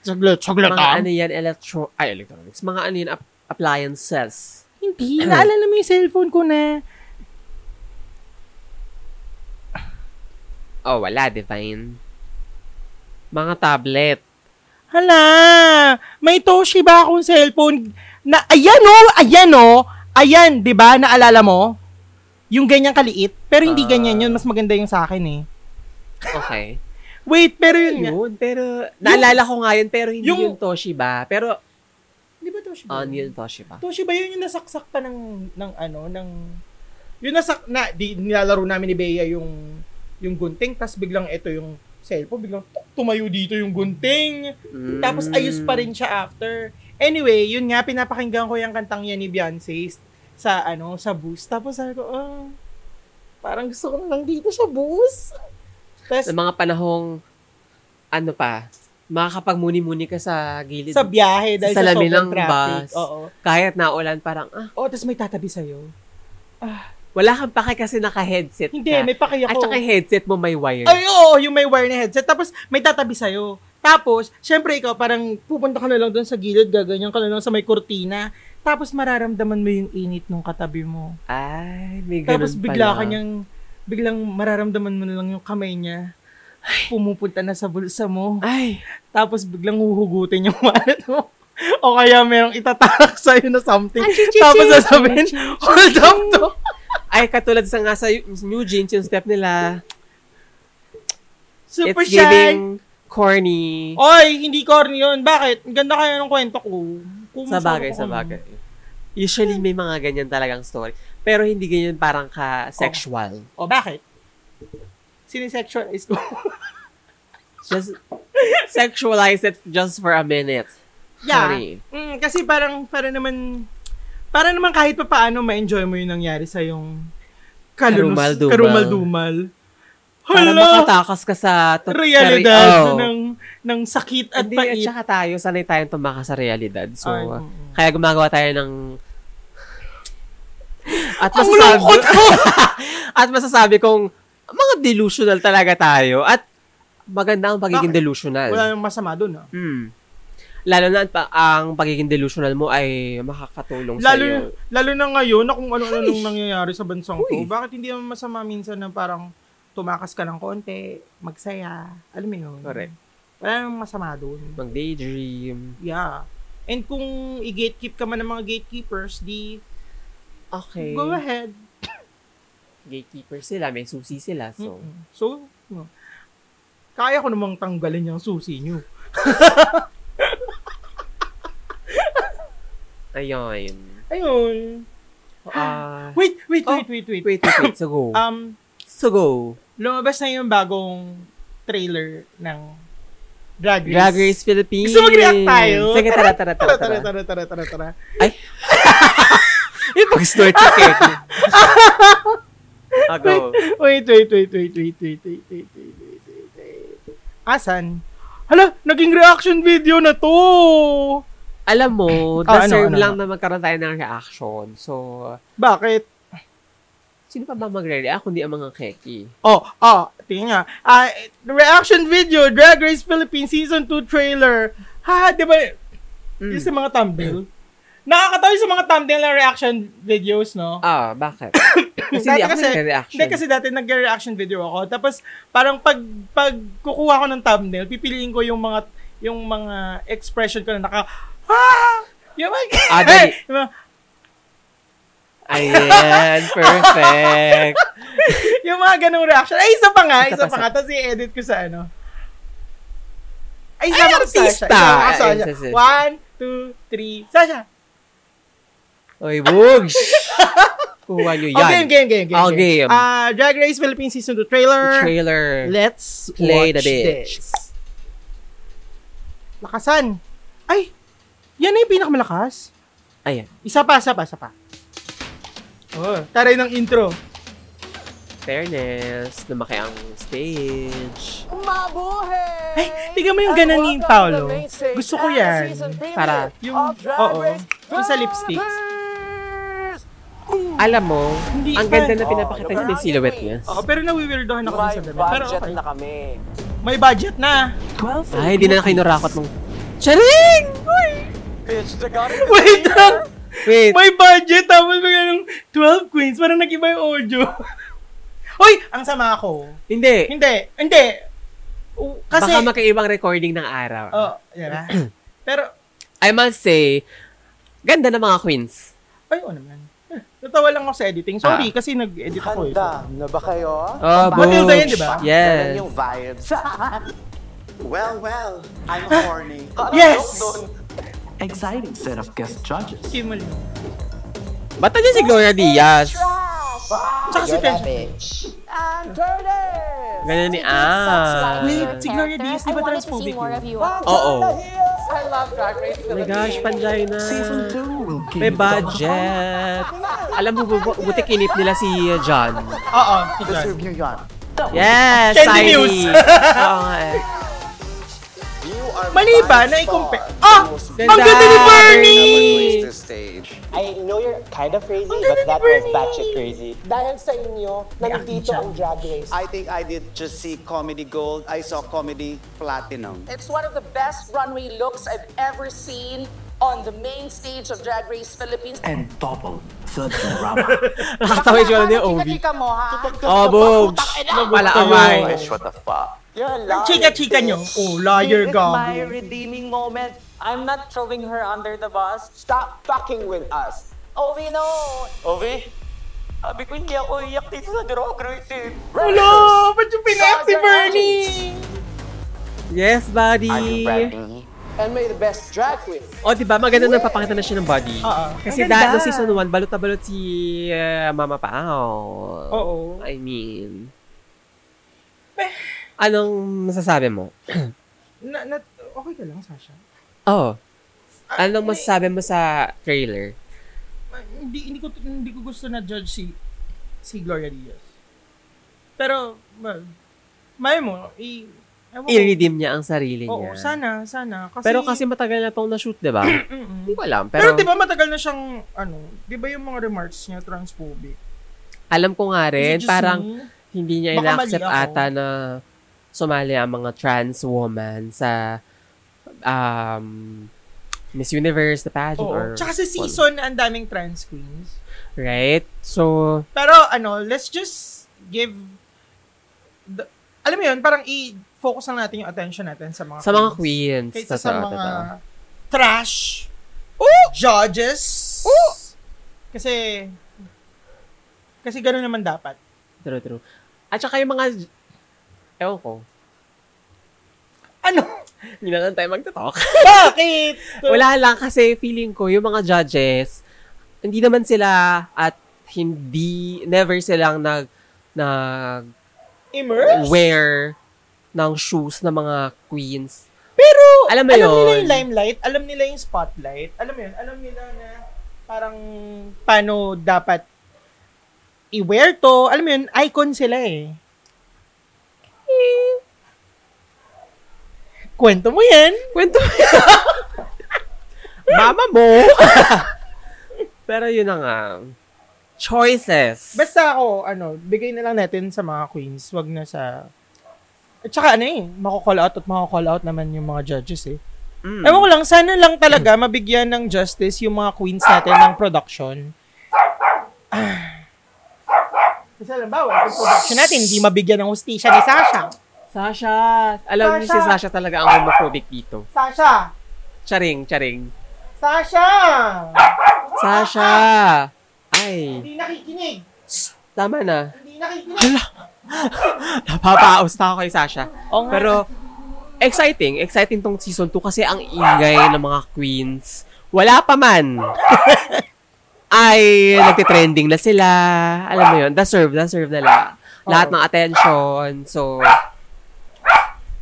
Speaker 1: Saglit, saglit
Speaker 2: Mga
Speaker 1: ah.
Speaker 2: ano yan, electro... Ay, electronics. Mga ano yan, ap- appliances.
Speaker 1: Hindi, naalala mo yung cellphone ko na,
Speaker 2: Oh, wala, Divine. Mga tablet.
Speaker 1: Hala, may Toshiba akong cellphone na ayan oh, ayan oh, ayan, 'di ba? Naalala mo? Yung ganyan kaliit, pero hindi
Speaker 2: Ah.
Speaker 1: ganyan 'yun, mas maganda yung sa akin eh.
Speaker 2: Okay.
Speaker 1: Wait, pero yun nga.
Speaker 2: yun, pero... Naalala ko nga yun, pero hindi
Speaker 1: Yung-
Speaker 2: yung, Toshiba. Pero,
Speaker 1: Di ba Toshiba?
Speaker 2: ano yun, Toshiba?
Speaker 1: Toshiba yun yung nasaksak pa ng ng ano, ng yung nasak na di, nilalaro namin ni Bea yung yung gunting, tapos biglang ito yung cellphone, biglang tuk, tumayo dito yung gunting.
Speaker 2: Mm.
Speaker 1: Tapos ayos pa rin siya after. Anyway, yun nga pinapakinggan ko yung kantang yan ni Beyonce s- sa ano, sa bus. Tapos sabi ko, ah, parang gusto ko na lang dito sa bus. Tapos
Speaker 2: Sa mga panahong, ano pa, makakapagmuni-muni ka sa gilid.
Speaker 1: sa biyahe dahil
Speaker 2: Sa
Speaker 1: sa,
Speaker 2: salamin
Speaker 1: sobrang
Speaker 2: ng
Speaker 1: traffic.
Speaker 2: bus.
Speaker 1: Oo.
Speaker 2: Kahit naulan, parang, ah,
Speaker 1: Oh, tapos may tatabi sa'yo.
Speaker 2: wala kang pake kasi naka-headset
Speaker 1: Hindi,
Speaker 2: ka.
Speaker 1: may paki
Speaker 2: At
Speaker 1: ako.
Speaker 2: saka yung headset mo may wire.
Speaker 1: Ay, oo, yung may wire na headset. Tapos may tatabi sa'yo. Tapos, syempre ikaw, parang pupunta ka na lang doon sa gilid, gaganyan ka na lang sa may kortina. Tapos mararamdaman mo yung init nung katabi mo.
Speaker 2: Ay, may ganun
Speaker 1: Tapos bigla
Speaker 2: pala.
Speaker 1: ka niyang, biglang mararamdaman mo na lang yung kamay niya. Pumupunta na sa bulsa mo.
Speaker 2: Ay,
Speaker 1: Tapos biglang huhugutin yung wallet mo. O kaya merong itatarak sa'yo na something. Tapos sasabihin, hold up to.
Speaker 2: ay katulad sa nga sa New Jeans, yung step nila,
Speaker 1: Super
Speaker 2: it's
Speaker 1: shy. Oh,
Speaker 2: giving corny.
Speaker 1: Oy, hindi corny yun. Bakit? Ang Ganda kaya ng kwento ko.
Speaker 2: sa bagay, sa bagay. Usually, may mga ganyan talagang story. Pero hindi ganyan parang ka-sexual.
Speaker 1: O bakit? Sinisexualize ko.
Speaker 2: Just sexualize it just for a minute.
Speaker 1: yeah.
Speaker 2: Sorry.
Speaker 1: Mm, kasi parang para naman para naman kahit pa paano ma-enjoy mo yung nangyari sa yung kalulus,
Speaker 2: Karumal-dumal.
Speaker 1: karumal-dumal.
Speaker 2: Para
Speaker 1: Hala!
Speaker 2: makatakas ka sa... to-
Speaker 1: Realidad
Speaker 2: Oh.
Speaker 1: ng, ng sakit at
Speaker 2: Hindi, at
Speaker 1: pait.
Speaker 2: saka tayo, sanay tayong tumaka sa realidad. So,
Speaker 1: Ay,
Speaker 2: ah,
Speaker 1: oo.
Speaker 2: kaya gumagawa tayo ng At
Speaker 1: Ang
Speaker 2: masasabi,
Speaker 1: lungkot
Speaker 2: at masasabi kong mga delusional talaga tayo at maganda ang pagiging
Speaker 1: Bakit?
Speaker 2: delusional.
Speaker 1: Wala nang masama dun, ah.
Speaker 2: Hmm. Lalo na at pa, ang pagiging delusional mo ay makakatulong sa
Speaker 1: Lalo, lalo na ngayon na kung ano-ano
Speaker 2: Ay.
Speaker 1: nang nangyayari sa bansang to.
Speaker 2: Uy.
Speaker 1: Bakit hindi naman masama minsan na parang tumakas ka ng konti, magsaya, alam mo yun.
Speaker 2: Correct.
Speaker 1: Wala nang masama dun.
Speaker 2: Mag-daydream.
Speaker 1: Yeah. And kung i-gatekeep ka man ng mga gatekeepers, di
Speaker 2: Okay.
Speaker 1: go ahead.
Speaker 2: Gatekeeper sila, may susi sila. So,
Speaker 1: Mm-mm. So, no. kaya ko namang tanggalin yung susi nyo.
Speaker 2: ayun.
Speaker 1: Ayun.
Speaker 2: Ah,
Speaker 1: Wait, wait,
Speaker 2: Oh.
Speaker 1: wait, wait, wait.
Speaker 2: wait, wait, wait. So go.
Speaker 1: Um,
Speaker 2: so go.
Speaker 1: lumabas na yung bagong trailer ng Drag Race.
Speaker 2: Drag Race Philippines.
Speaker 1: Gusto mag-react tayo?
Speaker 2: Sige, tara, tara, tara,
Speaker 1: Tara, tara,
Speaker 2: tara.
Speaker 1: tara, tara, tara, tara.
Speaker 2: Yung pag-snort sa cake. Ah, go.
Speaker 1: Wait, wait, wait, wait, wait, wait, wait, wait, wait, wait, wait, wait. Asan? Hala, naging reaction video na to!
Speaker 2: Alam mo,
Speaker 1: ano,
Speaker 2: deserve
Speaker 1: ano,
Speaker 2: lang na magkaroon tayo ng reaction. So,
Speaker 1: Bakit?
Speaker 2: sino pa ba magre-react kundi ang mga keki?
Speaker 1: Oh, oh, tingin nga. Ah, reaction video, Drag Race Philippines Season 2 trailer. Ha, di ba,
Speaker 2: Hmm.
Speaker 1: Yung sa mga thumbnail. Nakakatawa yung sa mga thumbnail ng reaction videos, no?
Speaker 2: Ah, bakit? kasi
Speaker 1: Dati
Speaker 2: hindi ako
Speaker 1: kasi-
Speaker 2: nagre-reaction.
Speaker 1: Hindi kasi dati nagre-reaction video ako. Tapos parang pag pag kukuha ko ng thumbnail, pipiliin ko yung mga yung mga expression ko na naka ah! Yung mga
Speaker 2: Ah, dali.
Speaker 1: Yung mga-
Speaker 2: Ayan, perfect.
Speaker 1: yung mga ganung reaction. Ay, isa pa nga,
Speaker 2: Isa
Speaker 1: isa, pa
Speaker 2: pa, isa.
Speaker 1: nga. Tapos i-edit ko sa ano. Ay,
Speaker 2: Ay,
Speaker 1: sama ko Sasha.
Speaker 2: artista!
Speaker 1: Isama ko Sasha.
Speaker 2: Ay, isa, isa.
Speaker 1: One, two, three. Sasha!
Speaker 2: Oy, bugs! Kuha nyo
Speaker 1: Oh, game,
Speaker 2: yan.
Speaker 1: game, game, game.
Speaker 2: Oh, game.
Speaker 1: Ah, Drag Race Philippines Season 2 trailer.
Speaker 2: Trailer.
Speaker 1: Let's
Speaker 2: Play
Speaker 1: watch
Speaker 2: the bitch.
Speaker 1: this. Lakasan. Ay, yan na yung pinakamalakas.
Speaker 2: Ayan.
Speaker 1: Isa pa, isa pa, isa pa. Oh, taray ng intro.
Speaker 2: Fairness. Lumaki ang stage.
Speaker 4: Mabuhay!
Speaker 1: Ay, tignan mo yung ganan ni Paolo. Gusto ko yan.
Speaker 2: Para.
Speaker 1: Yung, oo, yung sa lipsticks. Hmm.
Speaker 2: Alam mo,
Speaker 1: Hindi
Speaker 2: ang
Speaker 1: pa.
Speaker 2: ganda na
Speaker 4: Oh,
Speaker 2: pinapakita niya
Speaker 4: look
Speaker 2: ng silhouette niya.
Speaker 1: Oo, pero nawiwildohan ako dun sa damit. Pero okay.
Speaker 4: na kami.
Speaker 1: May budget na.
Speaker 2: Ay, hindi na kayo narakot nung... Charing! Uy!
Speaker 1: Wait lang.
Speaker 2: Wait.
Speaker 1: May budget tapos bigla ng 12 queens. Parang nag-iba yung audio. Hoy, ang sama ako.
Speaker 2: Hindi.
Speaker 1: Hindi, hindi. O, Kasi,
Speaker 2: Baka magkaibang recording ng araw.
Speaker 1: oh, yan na. Pero,
Speaker 2: I must say, ganda ng mga queens.
Speaker 1: ay, oo naman. Eh, Natawa lang ako sa editing. Sorry, kasi nag-edit ako. Eh.
Speaker 4: Handa na ba kayo?
Speaker 2: Oh,
Speaker 1: Matilda yun, di ba?
Speaker 4: Ganun
Speaker 2: Yes.
Speaker 4: yung vibes.
Speaker 5: Well, well, I'm horny.
Speaker 1: Yes!
Speaker 6: Exciting set of guest judges.
Speaker 1: Kimol yun.
Speaker 2: Bata niya si Gloria Diaz.
Speaker 1: Tsaka si Tensha.
Speaker 4: I'm turning!
Speaker 2: Ganyan ni
Speaker 7: Ah.
Speaker 2: Ann.
Speaker 1: Wait, si Gloria Diaz, di ba transphobic
Speaker 7: I wanted to see more
Speaker 1: yun?
Speaker 7: of you.
Speaker 2: Oo.
Speaker 4: I love drag racing.
Speaker 2: Oh my gosh, panday na.
Speaker 6: Season 2 will give
Speaker 2: May
Speaker 6: you the
Speaker 2: budget. Alam mo, bu- buti kinip nila si John.
Speaker 1: Oo, si John.
Speaker 6: Deserve nyo yan.
Speaker 2: Yes,
Speaker 1: Candy
Speaker 2: Shiny.
Speaker 1: Muse.
Speaker 2: Oo nga eh.
Speaker 5: You are
Speaker 1: Mali ba na i-compare? Ah!
Speaker 2: Ganda!
Speaker 1: Ang ganda ni Bernie!
Speaker 5: the stage.
Speaker 4: I know you're kind of crazy, but that was batshit crazy. Dahil sa inyo, nandito ang drag race.
Speaker 5: I think I did just see comedy gold. I saw comedy platinum.
Speaker 8: It's one of the best runway looks I've ever seen on the main stage of Drag Race Philippines.
Speaker 6: And double the drama.
Speaker 2: Nakatawa yung John niya, Ovi. Oh, Bogs. Wala amay.
Speaker 6: what the fuck?
Speaker 1: Ang chika-chika nyo. Oh, liar
Speaker 4: My
Speaker 1: gago.
Speaker 4: redeeming moment.
Speaker 9: I'm not throwing her under the bus.
Speaker 4: Stop fucking with us.
Speaker 9: Ovi, no! Ovi? Sabi ko hindi ako iyak dito sa drug race eh.
Speaker 1: Wala! Oh, Ba't yung pinayak si Bernie?
Speaker 2: Yes, buddy.
Speaker 4: And may the best drag queen.
Speaker 2: O, di ba? Maganda na papakita na siya ng body.
Speaker 1: Oo.
Speaker 2: Kasi
Speaker 1: Oh, Ang ganda.
Speaker 2: dahil no season 1, balot-balot si uh, Mama Pao.
Speaker 1: Oo.
Speaker 2: I mean... Anong masasabi mo?
Speaker 1: Na, na, okay ka lang, Sasha.
Speaker 2: Oh. Anong masasabi mo sa trailer?
Speaker 1: Ah, hindi hindi ko hindi ko gusto na judge si si Gloria Diaz. Pero well, may mo i Ewan ko.
Speaker 2: I-redeem niya ang sarili
Speaker 1: Oo,
Speaker 2: niya.
Speaker 1: sana, sana. Kasi,
Speaker 2: Pero kasi matagal na tong na-shoot, di ba?
Speaker 1: Mm-mm.
Speaker 2: Hindi ko alam.
Speaker 1: Pero,
Speaker 2: Pero,
Speaker 1: di ba matagal na siyang, ano, di ba yung mga remarks niya, transphobic?
Speaker 2: alam ko
Speaker 1: Is it
Speaker 2: nga rin,
Speaker 1: just
Speaker 2: parang
Speaker 1: me?
Speaker 2: hindi niya
Speaker 1: Baka mali
Speaker 2: ina-accept
Speaker 1: ako.
Speaker 2: ata na sumali ang mga trans woman sa um, Miss Universe, the pageant,
Speaker 1: Oo.
Speaker 2: or...
Speaker 1: Tsaka sa season, ang daming trans queens.
Speaker 2: Right? So,
Speaker 1: Pero, ano, let's just give, the- alam mo yun, parang i-focus lang natin yung attention natin sa mga
Speaker 2: sa mga queens.
Speaker 1: Kaysa sa
Speaker 2: totoo,
Speaker 1: mga
Speaker 2: totoo.
Speaker 1: trash Oh! judges. Oh! Kasi, kasi gano'n naman dapat.
Speaker 2: True, true. At saka yung mga... Ewan ko.
Speaker 1: Ano?
Speaker 2: Hindi na lang tayo magtatalk.
Speaker 1: Bakit?
Speaker 2: Wala lang kasi feeling ko, yung mga judges, hindi naman sila at hindi, never silang nag, nag
Speaker 1: Immerse?
Speaker 2: wear ng shoes ng mga queens.
Speaker 1: Pero,
Speaker 2: Alam mo
Speaker 1: alam nila
Speaker 2: yun.
Speaker 1: yung limelight, alam nila yung spotlight, alam mo yun, alam nila na parang paano dapat i-wear to. Alam mo yun, icon sila eh.
Speaker 2: Eh.
Speaker 1: Kwento mo yan.
Speaker 2: Kwento mo yun. Mama mo! Pero yun na nga. Choices.
Speaker 1: Basta ako, ano, bigay na lang natin sa mga queens, wag na sa... At saka ano eh, mako-call out at mako-call out naman yung mga judges eh.
Speaker 2: Mm.
Speaker 1: Ewan ko lang, sana lang talaga mabigyan ng justice yung mga queens natin ng production. Ah. Kasi alam ba, yung production natin, hindi mabigyan ng hustisya ni Sasha.
Speaker 2: Sasha. Alam niyo si
Speaker 1: Sasha.
Speaker 2: Sasha talaga ang homophobic dito.
Speaker 1: Sasha!
Speaker 2: Charing, charing.
Speaker 1: Sasha!
Speaker 2: Sasha! Ay,
Speaker 1: Hindi nakikinig!
Speaker 2: tama na.
Speaker 1: Hindi nakikinig!
Speaker 2: Napapaos na ako kay Sasha. Pero, exciting. Exciting tong season 2 kasi ang ingay ng mga queens. Wala pa man. Ay, nagtitrending na sila. Alam mo yun, deserve, deserve nila. Lahat ng attention. So,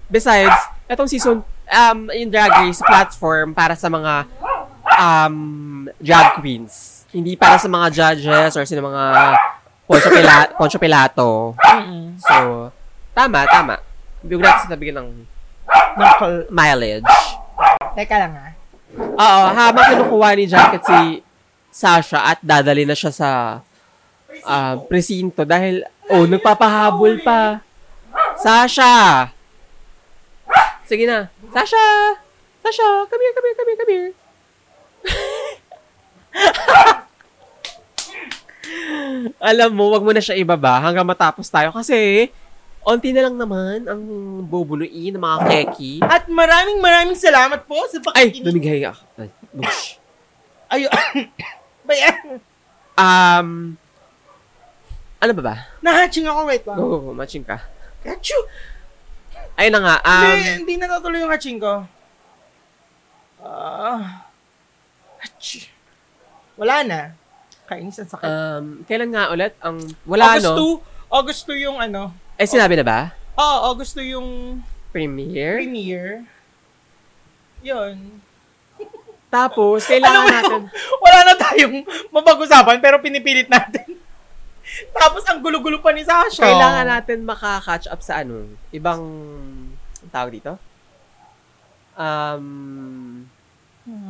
Speaker 2: besides, etong season, um, yung Drag Race platform para sa mga um, drag queens. Hindi para sa mga judges or sa mga Poncho, Pila- Poncho Pilato. So, tama, tama. Yung gratis na bigyan ng
Speaker 1: Knuckle.
Speaker 2: mileage.
Speaker 1: Teka lang ah.
Speaker 2: Oo, habang kinukuha ni Jacket si Sasha at dadali na siya sa ah, presinto dahil, oh, nagpapahabol pa. Sasha! Sige na. Sasha! Sasha, come here, come here, come here, come here. Alam mo, wag mo na siya ibaba hanggang matapos tayo kasi onti na lang naman ang bubunuin ng mga keki.
Speaker 1: At maraming maraming salamat po sa
Speaker 2: Ay,
Speaker 1: pakikinig.
Speaker 2: lumigay ako. Ay, bush.
Speaker 1: Ay, Bayan.
Speaker 2: Um, ano ba ba?
Speaker 1: Nahatching ako, wait lang.
Speaker 2: Go, go, go, matching ka.
Speaker 1: Achoo!
Speaker 2: Ayun na nga, um,
Speaker 1: hindi, hindi na natuloy yung hatching ko. Ah. Ach. Wala na. Kainis ang sakit.
Speaker 2: um, kailan nga ulit ang, wala
Speaker 1: August
Speaker 2: no?
Speaker 1: 2, August 2 yung ano.
Speaker 2: Eh, sinabi na ba?
Speaker 1: Oo, oh, August 2 yung
Speaker 2: Premiere?
Speaker 1: premiere. Yun.
Speaker 2: Tapos,
Speaker 1: Alam
Speaker 2: kailangan
Speaker 1: mo
Speaker 2: natin,
Speaker 1: yun, wala na tayong mapag-usapan pero pinipilit natin. Tapos ang gulo-gulo pa ni Sasha. Oh.
Speaker 2: kailangan natin maka-catch up sa ano, ibang, ang tawag dito? Um,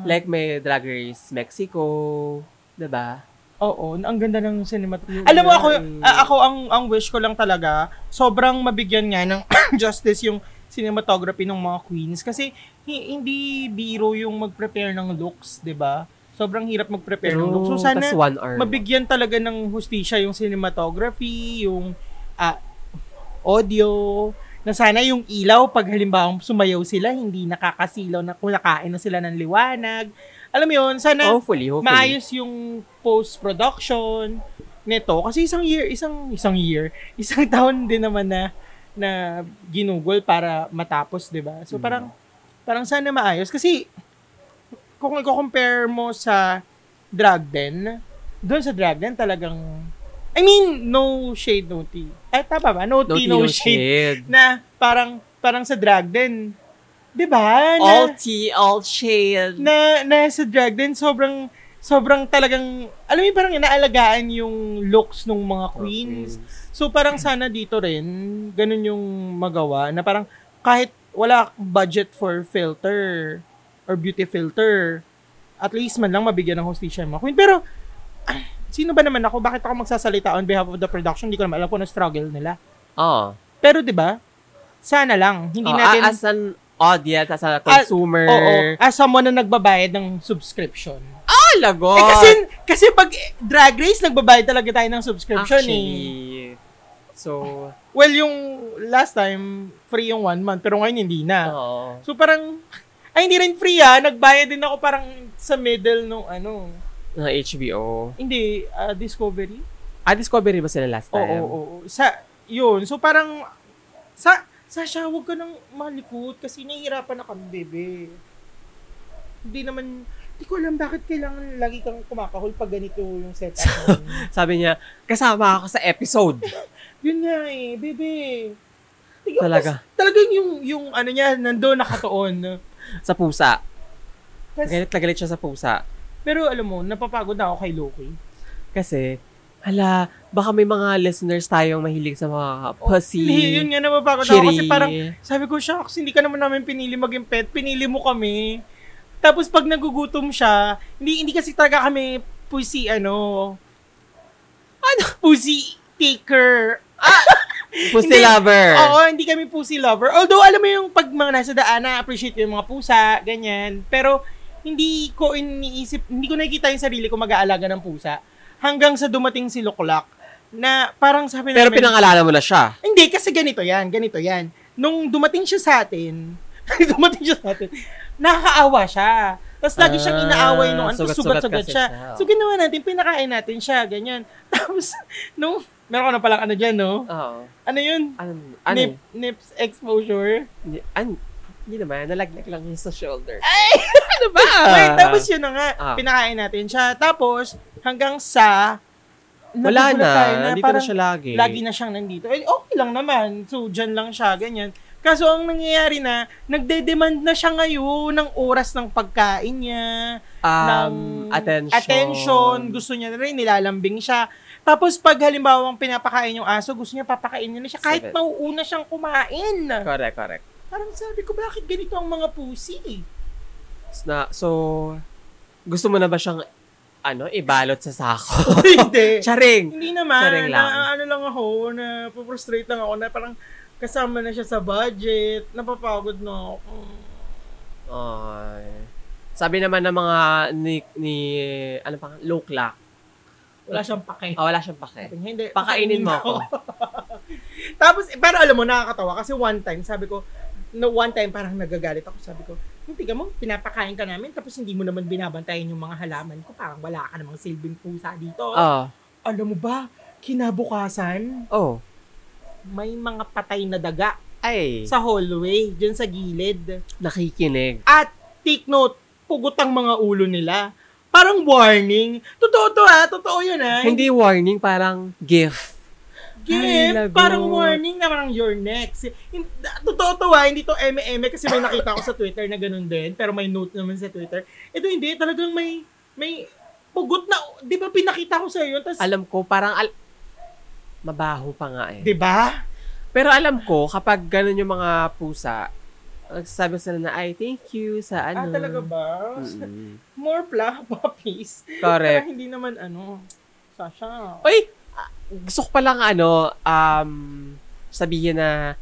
Speaker 2: like may Drag Race Mexico, 'di ba?
Speaker 1: Oo, ang ganda ng cinematography. Alam mo ako, a- ako ang ang wish ko lang talaga, sobrang mabigyan nga ng justice yung cinematography ng mga queens kasi hi- hindi biro yung mag-prepare ng looks, 'di ba? Sobrang hirap mag-prepare ng looks. So sana
Speaker 2: tas one hour.
Speaker 1: mabigyan talaga ng hustisya yung cinematography, yung ah, audio, na sana yung ilaw pag halimbawa sumayaw sila, hindi nakakasilaw na kumakain na sila ng liwanag. Alam mo yun, sana
Speaker 2: Hopefully, hopefully.
Speaker 1: maayos yung post-production nito kasi isang year isang isang year isang taon din naman na na ginugol para matapos 'di ba
Speaker 2: Mm.
Speaker 1: so parang parang sana maayos kasi kung i-compare mo sa Drag Den doon sa Drag Den talagang I mean no shade no tea ay tama ba no,
Speaker 2: No
Speaker 1: tea,
Speaker 2: tea,
Speaker 1: no,
Speaker 2: no
Speaker 1: shade.
Speaker 2: shade.
Speaker 1: na parang parang sa Drag Den 'di ba na-
Speaker 2: All tea, all shade.
Speaker 1: na na sa drag din sobrang sobrang talagang alam mo yun, parang inaalagaan yung looks ng mga queens. So parang sana dito rin ganun yung magawa na parang kahit wala budget for filter or beauty filter, at least man lang mabigyan ng hostisya yung mga queen. Pero, ah, sino ba naman ako? Bakit ako magsasalita on behalf of the production? Hindi ko naman alam kung ano struggle nila.
Speaker 2: Oo.
Speaker 1: Pero 'di ba? Sana lang, hindi
Speaker 2: Oo,
Speaker 1: natin
Speaker 2: ah, as an audience, as a consumer.
Speaker 1: Oo, as someone na nagbabayad ng subscription.
Speaker 2: Ah, lagot!
Speaker 1: Eh kasi kasi pag eh, Drag Race nagbabayad talaga tayo ng subscription eh.
Speaker 2: Actually, so,
Speaker 1: Well, yung last time free yung one month pero ngayon hindi na.
Speaker 2: oo.
Speaker 1: So parang ay hindi rin free ah, nagbayad din ako parang sa middle nung ano.
Speaker 2: ng HBO.
Speaker 1: Hindi ah, Discovery.
Speaker 2: Ah, Discovery ba sila last
Speaker 1: Oo,
Speaker 2: time?
Speaker 1: oo, oo. Sa yun. So parang sa Sasha, huwag ka nang malikot kasi nahihirapan na kami, bebe. Hindi naman, hindi ko alam bakit kailangan lagi kang kumakahol pag ganito yung setup. mo.
Speaker 2: Sabi niya, kasama ako sa episode.
Speaker 1: yun nga eh, bebe. Hindi ko-
Speaker 2: Talaga.
Speaker 1: tas- talagang yung, yung ano niya, nandoon nakatuon.
Speaker 2: sa pusa.
Speaker 1: Tas-
Speaker 2: Galit na galit siya sa pusa.
Speaker 1: pero alam mo, napapagod na ako kay Loki.
Speaker 2: Kasi, hala, baka may mga listeners tayong mahilig sa mga pussy,
Speaker 1: Hindi, yun nga napapagod na ako kasi
Speaker 2: chiri.
Speaker 1: parang Sabi ko, shucks, hindi ka naman namin pinili maging pet. Pinili mo kami. Tapos pag nagugutom siya, hindi, hindi kasi talaga kami pussy, ano, ano, pussy taker.
Speaker 2: Pussy
Speaker 1: Hindi.
Speaker 2: lover.
Speaker 1: Oo, hindi kami pussy lover. Although, alam mo yung pag mga nasa daan, na-appreciate ko yung mga pusa, ganyan. Pero, hindi ko iniisip, hindi ko nakikita yung sarili ko mag-aalaga ng pusa. Hanggang sa dumating si Luklak, na parang sabi
Speaker 2: Pero
Speaker 1: namin-
Speaker 2: pinangalala mo na siya.
Speaker 1: hindi, kasi ganito yan, ganito yan. Nung dumating siya sa atin, dumating siya sa atin, nakakaawa siya. Tapos lagi siyang
Speaker 2: Ah,
Speaker 1: inaaway nung ano,
Speaker 2: sugat-sugat
Speaker 1: sugat-sugat
Speaker 2: kasi
Speaker 1: siya.
Speaker 2: siya.
Speaker 1: So ginawa natin, pinakain natin siya, ganyan. Tapos, nung, meron ko na palang ano dyan, no?
Speaker 2: Oo.
Speaker 1: Ano yun?
Speaker 2: Ano? Ano?
Speaker 1: Nip, nips exposure.
Speaker 2: Ni- an- Hindi naman, nalaglag lang yun sa shoulder.
Speaker 1: Ano ba? Wait, tapos yun na nga,
Speaker 2: Ah.
Speaker 1: pinakain natin siya. Tapos, hanggang sa, nagugulat
Speaker 2: Wala na,
Speaker 1: tayo
Speaker 2: nandito na
Speaker 1: parang-
Speaker 2: siya lagi.
Speaker 1: Lagi na siyang nandito. Eh, okay lang naman. So, dyan lang siya, ganyan. Kaso ang nangyayari na, nagde-demand na siya ngayon ng oras ng pagkain niya,
Speaker 2: um,
Speaker 1: ng
Speaker 2: attention.
Speaker 1: attention, gusto niya na rin, nilalambing siya. Tapos pag halimbawang pinapakain yung aso, gusto niya papakainin na siya kahit
Speaker 2: Sabi.
Speaker 1: nauuna siyang kumain.
Speaker 2: Correct, correct.
Speaker 1: Parang sabi ko, bakit ganito ang mga pusi?
Speaker 2: Na, so, gusto mo na ba siyang, ano, ibalot sa sako?
Speaker 1: Hindi.
Speaker 2: Charing!
Speaker 1: Hindi naman.
Speaker 2: Sharing lang.
Speaker 1: Na, ano lang ako, na frustrate lang ako na parang kasama na siya sa budget, napapagod na ako.
Speaker 2: Ay. Sabi naman ng mga ni, ni ano pa, low clock.
Speaker 1: Wala siyang pake.
Speaker 2: Ah, wala siyang pake.
Speaker 1: Hindi.
Speaker 2: Pakainin mo ako.
Speaker 1: Tapos, eh, pero alam mo, nakakatawa. Kasi one time, sabi ko, no, one time parang nagagalit ako. Sabi ko, hindi ka mo, pinapakain ka namin, tapos hindi mo naman binabantayan yung mga halaman ko. Parang wala ka namang silbing pusa dito.
Speaker 2: Ah,
Speaker 1: Alam mo ba, kinabukasan,
Speaker 2: oh.
Speaker 1: may mga patay na daga
Speaker 2: Ay,
Speaker 1: sa hallway, dyan sa gilid.
Speaker 2: nakikinig.
Speaker 1: At take note, pugot ang mga ulo nila. Parang warning. Totoo to ha, totoo yun ah. ha.
Speaker 2: Hindi warning, parang gift. Ay,
Speaker 1: gift,
Speaker 2: lagot.
Speaker 1: parang warning na parang you're next. In, na- totoo to ah, hindi to eme kasi may nakita ko sa Twitter na ganun din, pero may note naman sa Twitter. Ito hindi, talagang may, may pugot na, di ba pinakita ko sa iyo, tas,
Speaker 2: Alam ko, parang al- mabaho pa nga eh.
Speaker 1: di ba?
Speaker 2: Pero alam ko, kapag ganun yung mga pusa, sabi sila na, ay, thank you sa
Speaker 1: Ah,
Speaker 2: ano.
Speaker 1: talaga ba?
Speaker 2: Mm-mm.
Speaker 1: More pla, puppies.
Speaker 2: Correct.
Speaker 1: Parang hindi naman ano, Sasha.
Speaker 2: Uy, ah, gusto ko palang ano, um, sabihin na,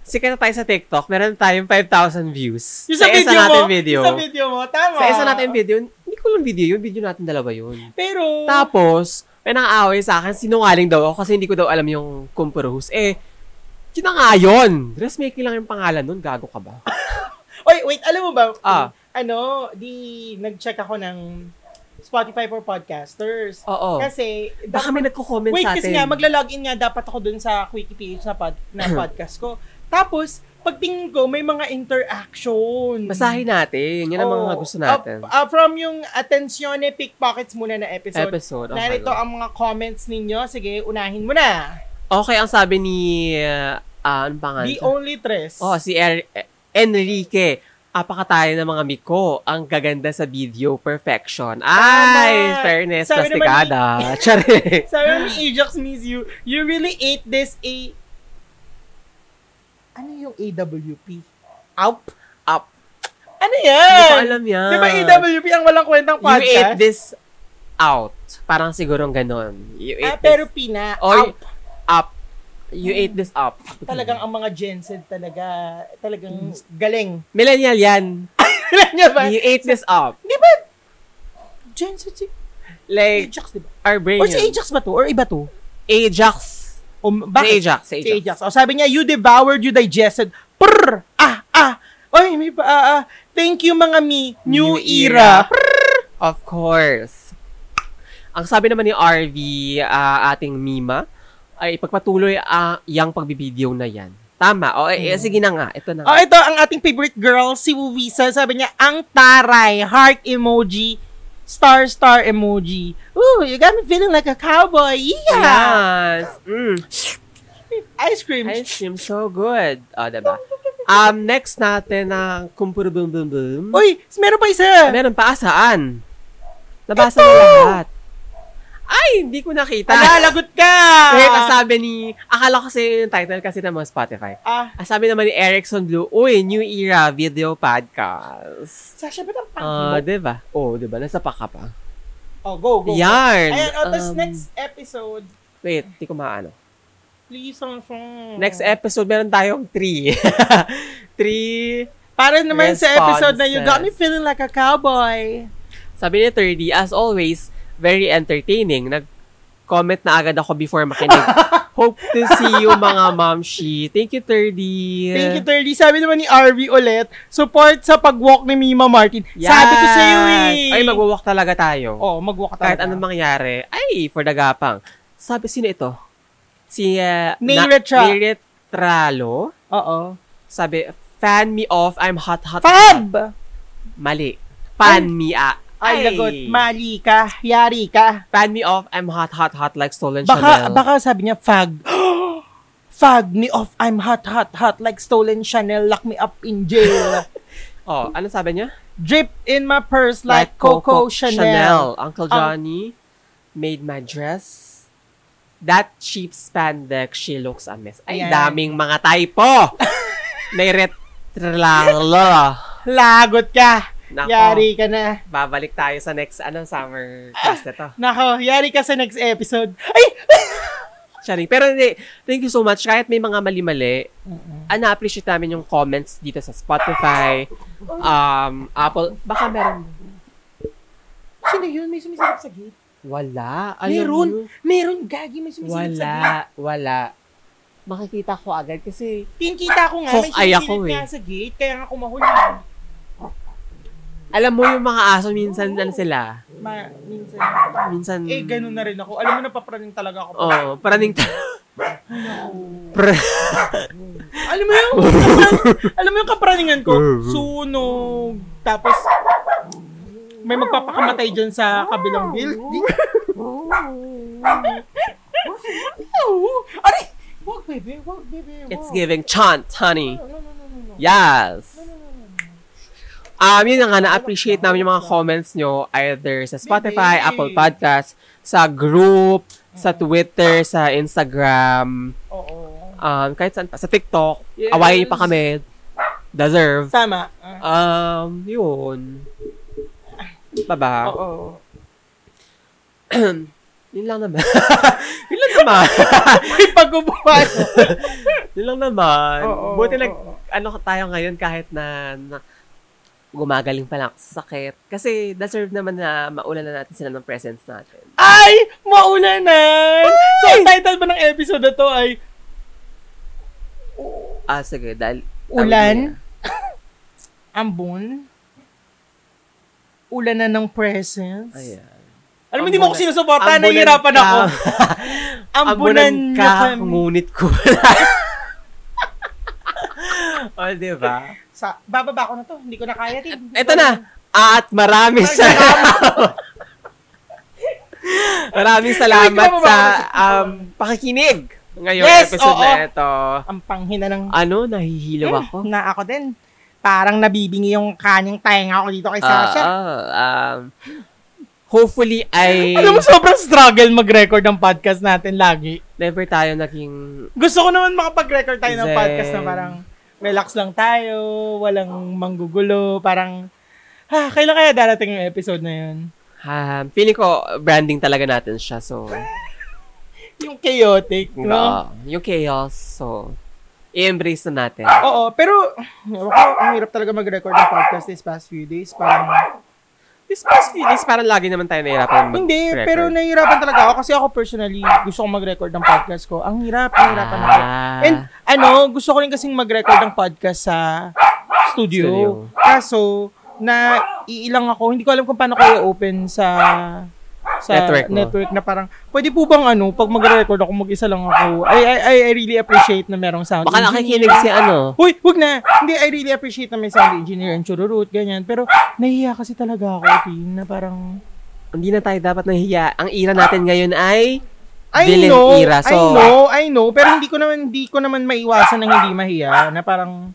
Speaker 2: sikat na tayo sa TikTok, meron tayong 5,000 views.
Speaker 1: Yung sa, video
Speaker 2: isa natin
Speaker 1: mo,
Speaker 2: video.
Speaker 1: Yung sa video mo, tama.
Speaker 2: Sa isa natin video, hindi ko lang video yun, video natin dalawa yun.
Speaker 1: Pero,
Speaker 2: Tapos, may nang-aaway sa akin, sinungaling daw ako kasi hindi ko daw alam yung Kumpuruhus. Eh, sino nga yun? Dressmaking lang yung pangalan nun, gago ka ba?
Speaker 1: Oy, wait, alam mo ba?
Speaker 2: Ah.
Speaker 1: Ano, di nag-check ako ng Spotify for podcasters.
Speaker 2: Oo.
Speaker 1: Kasi,
Speaker 2: Oh. Baka may nagko-comment
Speaker 1: wait,
Speaker 2: sa atin.
Speaker 1: kasi nga, magla-login nga dapat ako dun sa Quickie PH na, pod, na podcast ko. Tapos, pagtingin ko, may mga interaction.
Speaker 2: Basahin natin. Yan ang mga
Speaker 1: Oo.
Speaker 2: gusto natin.
Speaker 1: Ah, ah, from yung Atensione Pickpockets muna na episode.
Speaker 2: Episode. oh my
Speaker 1: Narito
Speaker 2: God.
Speaker 1: ang mga comments ninyo. Sige, unahin mo na.
Speaker 2: Okay, ang sabi ni... Uh, ano pangalan?
Speaker 1: The Only Tres.
Speaker 2: Oh, si er- eh, Enrique. Apakatayo ng mga miko. Ang gaganda sa video. Perfection. Ay,
Speaker 1: Tama.
Speaker 2: fairness,
Speaker 1: Oh, Sabi naman
Speaker 2: plastikada. Tsare.
Speaker 1: E. Sabi ni Ajax means you, you really ate this a... ano yung AWP? Up?
Speaker 2: Up.
Speaker 1: Ano
Speaker 2: Hindi ko
Speaker 1: yan?
Speaker 2: alam yan.
Speaker 1: Di ba AWP ang walang kwentang
Speaker 2: You ate
Speaker 1: podcast?
Speaker 2: this out. Parang sigurong ganon. You ate
Speaker 1: Ah, pero
Speaker 2: this
Speaker 1: pina.
Speaker 2: Oy.
Speaker 1: Up.
Speaker 2: up. You ate this up.
Speaker 1: Talagang ang mga Gen Z talaga, talagang galing.
Speaker 2: Millennial yan.
Speaker 1: Mm. Alam niyo ba?
Speaker 2: You ate this up.
Speaker 1: Di ba? Gen Z si
Speaker 2: Like,
Speaker 1: Ajax, di ba?
Speaker 2: our brain
Speaker 1: Or si
Speaker 2: yun.
Speaker 1: Ajax ba to? Or iba to?
Speaker 2: Ajax.
Speaker 1: O,
Speaker 2: Si
Speaker 1: bakit?
Speaker 2: Ajax. Si
Speaker 1: Si
Speaker 2: Ajax.
Speaker 1: Ajax. O, sabi niya, you devoured, you digested. Prrr! Ah! Ah! Oy, may pa, ah, ah. Thank you mga me. New,
Speaker 2: New
Speaker 1: era.
Speaker 2: era. Of course. Ang sabi naman ni RV, ah, ating Mima, ay pagpatuloy ang yang pagbibideo na yan. Tama. O, eh, eh, sige na nga. Ito na
Speaker 1: Oh,
Speaker 2: nga.
Speaker 1: ito ang ating favorite girl, si Wuwisa. Sabi niya, ang taray, heart emoji, star star emoji. Ooh, you got me feeling like a cowboy. Yeah!
Speaker 2: Yes. Mm.
Speaker 1: Ice cream.
Speaker 2: Ice cream, so good. O, diba? Um, next natin ang kumpuro bum bum bum.
Speaker 1: Uy, meron pa isa.
Speaker 2: Ah, Meron pa, ah, saan? Nabasa na
Speaker 1: Ito!
Speaker 2: lahat. Ay, hindi ko nakita.
Speaker 1: Ala, lagot ka!
Speaker 2: Wait, ang sabi ni... Akala ko kasi yung title kasi ng mga Spotify.
Speaker 1: Ah,
Speaker 2: Ang sabi naman ni Erickson Blue, Uy, New Era Video Podcast.
Speaker 1: Sasha, ba't ang pangit mo?
Speaker 2: Ah, diba? Oh, diba? Nasa paka pa.
Speaker 1: Oh, go, go. go.
Speaker 2: Yarn!
Speaker 1: Ayan, oh, tas
Speaker 2: Um,
Speaker 1: next episode,
Speaker 2: Wait, hindi ko maano.
Speaker 1: please, oh, ang phone.
Speaker 2: Next e- episode, meron tayong three. three...
Speaker 1: Para naman sa episode na you got me
Speaker 2: responses.
Speaker 1: feeling like a cowboy.
Speaker 2: Sabi ni 30, as always, very entertaining. Nag-comment na agad ako before makinig. Hope to see you mga mamshi. Thank you, 30.
Speaker 1: Thank you, Terdy. Sabi naman ni RV ulit, support sa pag-walk ni Mima Martin. Sabi ko sa'yo eh.
Speaker 2: Ay, magwawalk talaga tayo.
Speaker 1: Oo, mag-walk ka
Speaker 2: Kahit
Speaker 1: talaga.
Speaker 2: anong ano mangyari. Ay, for the gapang. Sabi, sino ito? Si uh,
Speaker 1: May
Speaker 2: Na-
Speaker 1: Retra-
Speaker 2: May Retralo.
Speaker 1: Oo.
Speaker 2: Sabi, fan me off, I'm hot, hot, hot.
Speaker 1: Fab!
Speaker 2: Mali. Fan me ah.
Speaker 1: Ay, lagot. Mali ka. Yari ka.
Speaker 2: fan me off, I'm hot, hot, hot like stolen
Speaker 1: Baka,
Speaker 2: Chanel.
Speaker 1: baka sabi niya, fag. fag me off. I'm hot, hot, hot. Like stolen Chanel. Lock me up in jail.
Speaker 2: Oh, ano sabi niya?
Speaker 1: Drip in my purse like, Coco, Chanel.
Speaker 2: Uncle
Speaker 1: Ang-
Speaker 2: Johnny made my dress. That cheap spandex, she looks a mess. Ay,
Speaker 1: Ayan.
Speaker 2: daming mga typo! Nairet lalo.
Speaker 1: Lagot ka.
Speaker 2: Nako,
Speaker 1: Yari ka na.
Speaker 2: babalik tayo sa next ano summer class na to.
Speaker 1: Nako, yari ka sa next episode. Ay!
Speaker 2: Sharing. Pero hindi, thank you so much. Kahit may mga mali-mali, ah, na-appreciate namin yung comments dito sa Spotify, um, Apple. Baka meron.
Speaker 1: Sino yun? May sumisilip sa gate.
Speaker 2: Wala. Alam
Speaker 1: Meron.
Speaker 2: mo.
Speaker 1: Meron, Gagi. May sumisilip sa gate.
Speaker 2: Wala, wala. Makikita ko agad kasi
Speaker 1: Pinkita ko nga. may
Speaker 2: Hawkeye ako
Speaker 1: sumisilip
Speaker 2: eh.
Speaker 1: nga sa gate. Kaya nga kumahuli.
Speaker 2: alam mo yung mga aso minsan ano sila.
Speaker 1: Ma, minsan.
Speaker 2: Minsan
Speaker 1: Eh, ganun na rin ako. Alam mo, napapraning talaga ako.
Speaker 2: Oh, paraning ta- Pra-
Speaker 1: Alam mo yung, alam mo yung kapraningan ko,
Speaker 2: Uh-huh.
Speaker 1: sunog. Tapos, may magpapakamatay dyan sa kabilang building. Aray! Wag, bebe. Wag, bebe. Wag.
Speaker 2: It's giving chant, honey.
Speaker 1: No, no, no, no, no.
Speaker 2: Yes. Um, yun na nga, na-appreciate namin yung mga comments nyo either sa Spotify,
Speaker 1: Baby.
Speaker 2: Apple Podcasts, sa group, sa Twitter, sa Instagram,
Speaker 1: Oo.
Speaker 2: um, kahit saan pa, sa TikTok.
Speaker 1: Yes.
Speaker 2: Awayin niyo pa kami. Deserve.
Speaker 1: Tama. Ah,
Speaker 2: Um, yun. Baba.
Speaker 1: Oo.
Speaker 2: Yun lang naman. yun lang naman.
Speaker 1: May pag-ubuhan.
Speaker 2: yun lang naman.
Speaker 1: Oo,
Speaker 2: Buti nag,
Speaker 1: oo.
Speaker 2: ano tayo ngayon kahit na, na gumagaling pa lang sa sakit. Kasi deserve naman na maulan na natin sila ng presence natin.
Speaker 1: Ay! Mauna na! So, ang title ba ng episode na to ay
Speaker 2: Ah, sige. Dahil,
Speaker 1: Ulan? Ambon? Ulan na ng presence?
Speaker 2: Ayan.
Speaker 1: Alam mo, hindi mo ako
Speaker 2: eh. Ambunan-
Speaker 1: sinusuporta,
Speaker 2: ambunan
Speaker 1: nahihirapan
Speaker 2: ka.
Speaker 1: ako. Ambunan
Speaker 2: Ambunan
Speaker 1: niya
Speaker 2: ka,
Speaker 1: kami.
Speaker 2: ngunit ko. o, Oh, di ba?
Speaker 1: Sa, bababa ko na to, hindi ko na kaya. Tin.
Speaker 2: Ito na. Ah, At maraming salamat. maraming salamat sa um, pakikinig ngayong
Speaker 1: Yes,
Speaker 2: episode
Speaker 1: oo.
Speaker 2: na ito.
Speaker 1: Ang panghina ng...
Speaker 2: Ano, nahihilo
Speaker 1: Hmm,
Speaker 2: ako.
Speaker 1: Na ako din. Eh, Parang nabibingi yung kanyang tainga ko dito kay
Speaker 2: Ah,
Speaker 1: Sasha.
Speaker 2: ah, um, hopefully ay
Speaker 1: Alam mo, sobrang struggle mag-record ng podcast natin lagi.
Speaker 2: never tayo naging
Speaker 1: Gusto ko naman makapag-record tayo ng
Speaker 2: Zen.
Speaker 1: podcast na parang relax lang tayo, walang manggugulo, parang, ha, kailan kaya darating yung episode na yun?
Speaker 2: Um, feeling ko branding talaga natin siya. So,
Speaker 1: Yung chaotic, no?
Speaker 2: ah, yung chaos. So, i-embrace na natin.
Speaker 1: Oo, pero, ang hirap talaga mag-record ng podcast these past few days. Parang,
Speaker 2: This past few days, parang lagi naman tayo nahihirapan Ah. mag
Speaker 1: hindi, pero nahihirapan talaga ako kasi ako personally, gusto kong mag-record ng podcast ko. Ang hirap, nahihirapan ako.
Speaker 2: Ah,
Speaker 1: And ano, gusto ko rin kasing mag-record ng podcast sa studio. Kaso, na iilang ako, hindi ko alam kung paano ko i-open sa sa
Speaker 2: Network
Speaker 1: network,
Speaker 2: mo.
Speaker 1: na parang, pwede po bang ano, pag mag-record ako, mag-isa lang ako. I, I, I- I really appreciate na merong sound
Speaker 2: baka nakikinig si ano.
Speaker 1: Uy, wag na. Hindi, I really appreciate na may sound engineer and chururut, ganyan. Pero, nahiya kasi talaga ako, Tin, na parang...
Speaker 2: Hindi na tayo dapat nahiya. Ang ira natin ngayon ay
Speaker 1: I
Speaker 2: Villain
Speaker 1: know,
Speaker 2: era,
Speaker 1: I
Speaker 2: so-
Speaker 1: know, I know, pero hindi ko naman hindi ko naman maiwasan ng hindi mahiya na parang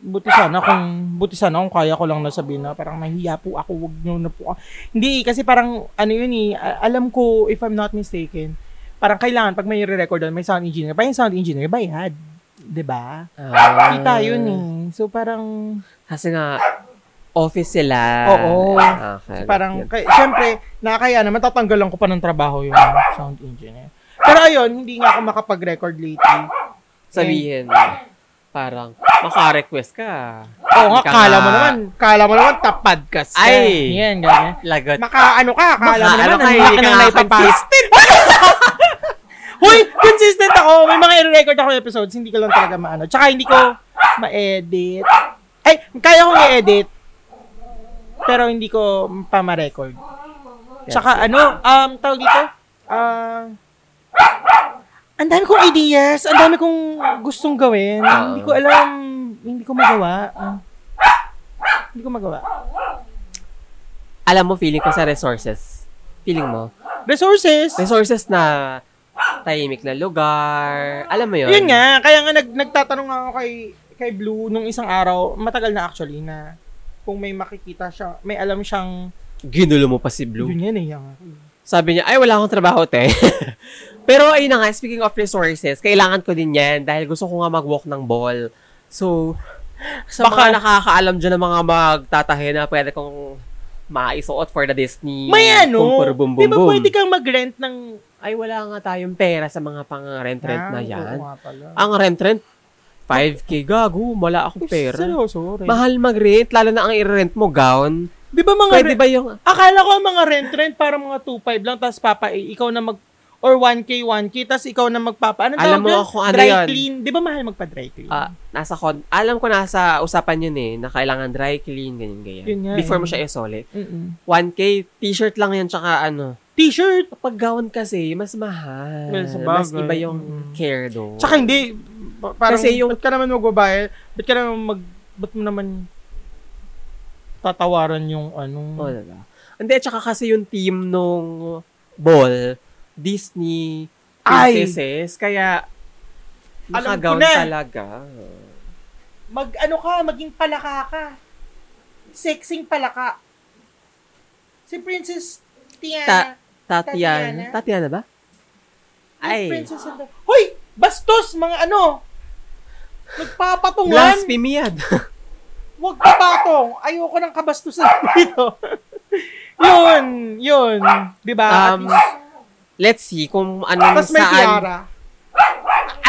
Speaker 1: buti sana kung buti sana kung kaya ko lang nasabihin na parang nahiya po ako, wag niyo na po. ako. Hindi kasi parang ano yun eh, a- alam ko if I'm not mistaken, parang kailangan pag may re-record may sound engineer, pa yung sound engineer bayad, 'di ba?
Speaker 2: ah,
Speaker 1: Kita yun eh. So parang
Speaker 2: Kasi nga, office sila.
Speaker 1: Oo.
Speaker 2: Okay,
Speaker 1: parang,
Speaker 2: yun.
Speaker 1: kay, syempre, nakakaya naman, tatanggalan ko pa ng trabaho yung sound engineer. Pero ayun, hindi nga ako makapag-record lately.
Speaker 2: Sabihin, parang, makarequest ka.
Speaker 1: Oo nga,
Speaker 2: Hindi ka
Speaker 1: kala mo
Speaker 2: nga-
Speaker 1: naman, kala mo naman, tapad ka. sa-
Speaker 2: Ay!
Speaker 1: Yan, ganyan.
Speaker 2: Lagot.
Speaker 1: Maka, ano ka, kala mo
Speaker 2: Maka-
Speaker 1: naman,
Speaker 2: ano ka,
Speaker 1: ang
Speaker 2: hindi
Speaker 1: laki
Speaker 2: ka
Speaker 1: ng
Speaker 2: nga
Speaker 1: naipapas. Hoy, consistent ako. May mga i-record ako episodes, hindi ko lang talaga maano. Tsaka hindi ko ma-edit. Ay, kaya kong i-edit. Pero hindi ko pa ma-record. Tsaka ano, um, tawag dito, ah, ang dami kong ideas, ang dami kong gustong gawin.
Speaker 2: Ah.
Speaker 1: hindi ko alam, hindi ko magawa. Ah. hindi ko magawa.
Speaker 2: alam mo, feeling ko sa resources. Feeling mo.
Speaker 1: Resources.
Speaker 2: Resources na tahimik na lugar. Alam mo yun?
Speaker 1: Yun nga, kaya nga nag, nagtatanong nga ako kay kay Blue nung isang araw, matagal na actually na kung may makikita siya, may alam siyang
Speaker 2: Ginulo mo pa si Blue.
Speaker 1: yun yan eh. Yung,
Speaker 2: Sabi niya, ay, wala akong trabaho, te. Pero ayun na nga, speaking of resources, kailangan ko din yan dahil gusto ko nga mag-walk ng ball. So, sa
Speaker 1: Baka-
Speaker 2: mga nakakaalam dyan ng mga magtatahe na pwede kong maisuot for the Disney.
Speaker 1: may ano,
Speaker 2: kumpur bum bum
Speaker 1: di ba
Speaker 2: bum.
Speaker 1: pwede kang mag-rent ng
Speaker 2: Ay, wala nga tayong pera sa mga pang rent-rent
Speaker 1: Ah,
Speaker 2: na yan.
Speaker 1: oo nga pala.
Speaker 2: Ang rent-rent, 5K, gago, wala
Speaker 1: Uy,
Speaker 2: akong pera.
Speaker 1: Seryoso, rent.
Speaker 2: Mahal mag-rent, lalo na ang i-rent mo, gown.
Speaker 1: Di ba mga
Speaker 2: Pwede
Speaker 1: rent-
Speaker 2: ba yung...
Speaker 1: Akala ko ang mga rent-rent para mga 2.5 lang, tapos papa, eh, ikaw na mag, or 1K, 1K, tapos ikaw na magpapa, ano tawag
Speaker 2: Alam mo
Speaker 1: yun?
Speaker 2: ako, ano
Speaker 1: dry
Speaker 2: yun?
Speaker 1: clean. Di ba mahal magpa-dry clean?
Speaker 2: ah, nasa con... Alam ko nasa usapan yun eh, na kailangan dry clean, ganyan, ganyan.
Speaker 1: Yun nga
Speaker 2: Before
Speaker 1: eh.
Speaker 2: mo siya isole.
Speaker 1: Mm-mm.
Speaker 2: 1K, t-shirt lang yan, tsaka ano.
Speaker 1: T-shirt.
Speaker 2: Pag gown kasi, mas mahal.
Speaker 1: Well, sa
Speaker 2: mas
Speaker 1: bagay.
Speaker 2: iba yung
Speaker 1: Mm.
Speaker 2: care do.
Speaker 1: Tsaka hindi, pa- parang,
Speaker 2: Kasi yung-
Speaker 1: ba't ka naman magbabayad? Ba't ka naman mag, ba't mo naman tatawaran yung
Speaker 2: Oh,
Speaker 1: ano?
Speaker 2: diba? Hindi, tsaka kasi yung team nung ball, Disney,
Speaker 1: Ay!
Speaker 2: princesses, kaya
Speaker 1: Alam ko
Speaker 2: nakagown
Speaker 1: na.
Speaker 2: talaga.
Speaker 1: Mag, ano ka, maging palaka ka. Sexing palaka. Si Princess Tiana.
Speaker 2: Ta-
Speaker 1: Tatiana?
Speaker 2: Tatiana. Tatiana ba?
Speaker 1: Ay.
Speaker 2: Ay.
Speaker 1: Princess and the- Hoy! Bastos! Mga ano! Nagpapatungan!
Speaker 2: Blasphemy yan.
Speaker 1: Huwag papatong! Ayoko ng kabastusan dito. yun! Yun! Di ba?
Speaker 2: Um, Let's see kung anong
Speaker 1: Tapos may
Speaker 2: saan
Speaker 1: tiara.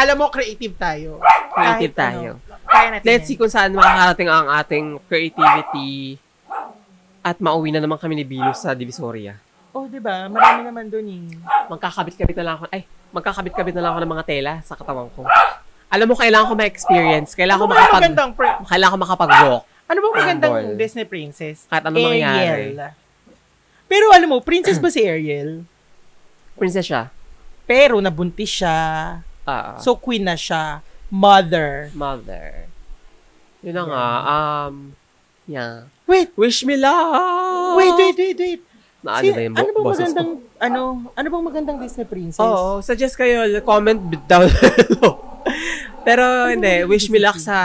Speaker 1: Alam mo, creative tayo.
Speaker 2: creative
Speaker 1: Kahit ano,
Speaker 2: tayo.
Speaker 1: kaya natin
Speaker 2: Let's
Speaker 1: yan.
Speaker 2: see kung saan makakarating ang ating creativity at mauwi na naman kami ni Bino sa Divisoria.
Speaker 1: Oh, di ba? Marami naman dun eh.
Speaker 2: Magkakabit-kabit na lang ako. Ay, magkakabit-kabit na lang ako ng mga tela sa katawan ko. Alam mo, kailangan ko ma-experience. Kailangan
Speaker 1: Ano
Speaker 2: ko
Speaker 1: ba ang
Speaker 2: makapag...
Speaker 1: magandang, pri-
Speaker 2: Kailangan ko makapag-walk.
Speaker 1: ano ba ang magandang
Speaker 2: Ball.
Speaker 1: Disney princess?
Speaker 2: Kahit ano anong mangyari.
Speaker 1: Pero alam mo, princess ba si Ariel?
Speaker 2: Princess siya.
Speaker 1: Pero nabuntis siya.
Speaker 2: Ah,
Speaker 1: So, queen na siya. Mother.
Speaker 2: mother. Yun na nga. Um, yeah.
Speaker 1: Wait.
Speaker 2: Wish me love!
Speaker 1: Wait, wait, wait, wait.
Speaker 2: Na, ano
Speaker 1: Si-
Speaker 2: ba yung
Speaker 1: ano bang
Speaker 2: boses
Speaker 1: magandang,
Speaker 2: ko?
Speaker 1: ano, ano bang magandang Disney princess?
Speaker 2: Oo, suggest kayo.
Speaker 1: Ano
Speaker 2: Comment down below. Pero hindi, wish me luck sa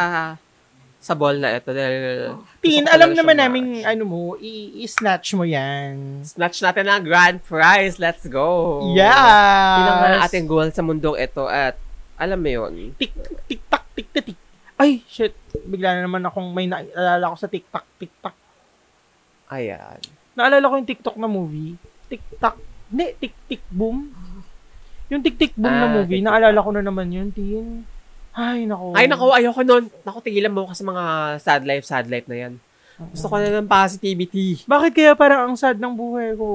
Speaker 2: sa ball na ito dahil
Speaker 1: Tin,
Speaker 2: gusto ko
Speaker 1: alam
Speaker 2: talaga
Speaker 1: naman
Speaker 2: siyang
Speaker 1: namin, ano mo, i- snatch mo yan.
Speaker 2: ma- snatch natin ang grand prize. Let's go.
Speaker 1: Yes!
Speaker 2: Yun ang mga ating goal sa mundong ito at alam mo yun.
Speaker 1: ah, tik tik tak tik tik tik. Ay, shit. Bigla na naman akong may naalala ko sa TikTok, TikTok.
Speaker 2: Ayan.
Speaker 1: Naalala ko yung TikTok na movie. TikTok. Hindi, tik tik boom. Yung tik tik boom na
Speaker 2: Ah,
Speaker 1: movie,
Speaker 2: Tik Tik
Speaker 1: naalala ko na naman yun, Tin. Ay, nako.
Speaker 2: Ay, naku, ayoko nun. Naku, tigilan mo kasi mga sad life, sad life na yan. Gusto ko na ng positivity.
Speaker 1: Bakit kaya parang ang sad ng buhay ko?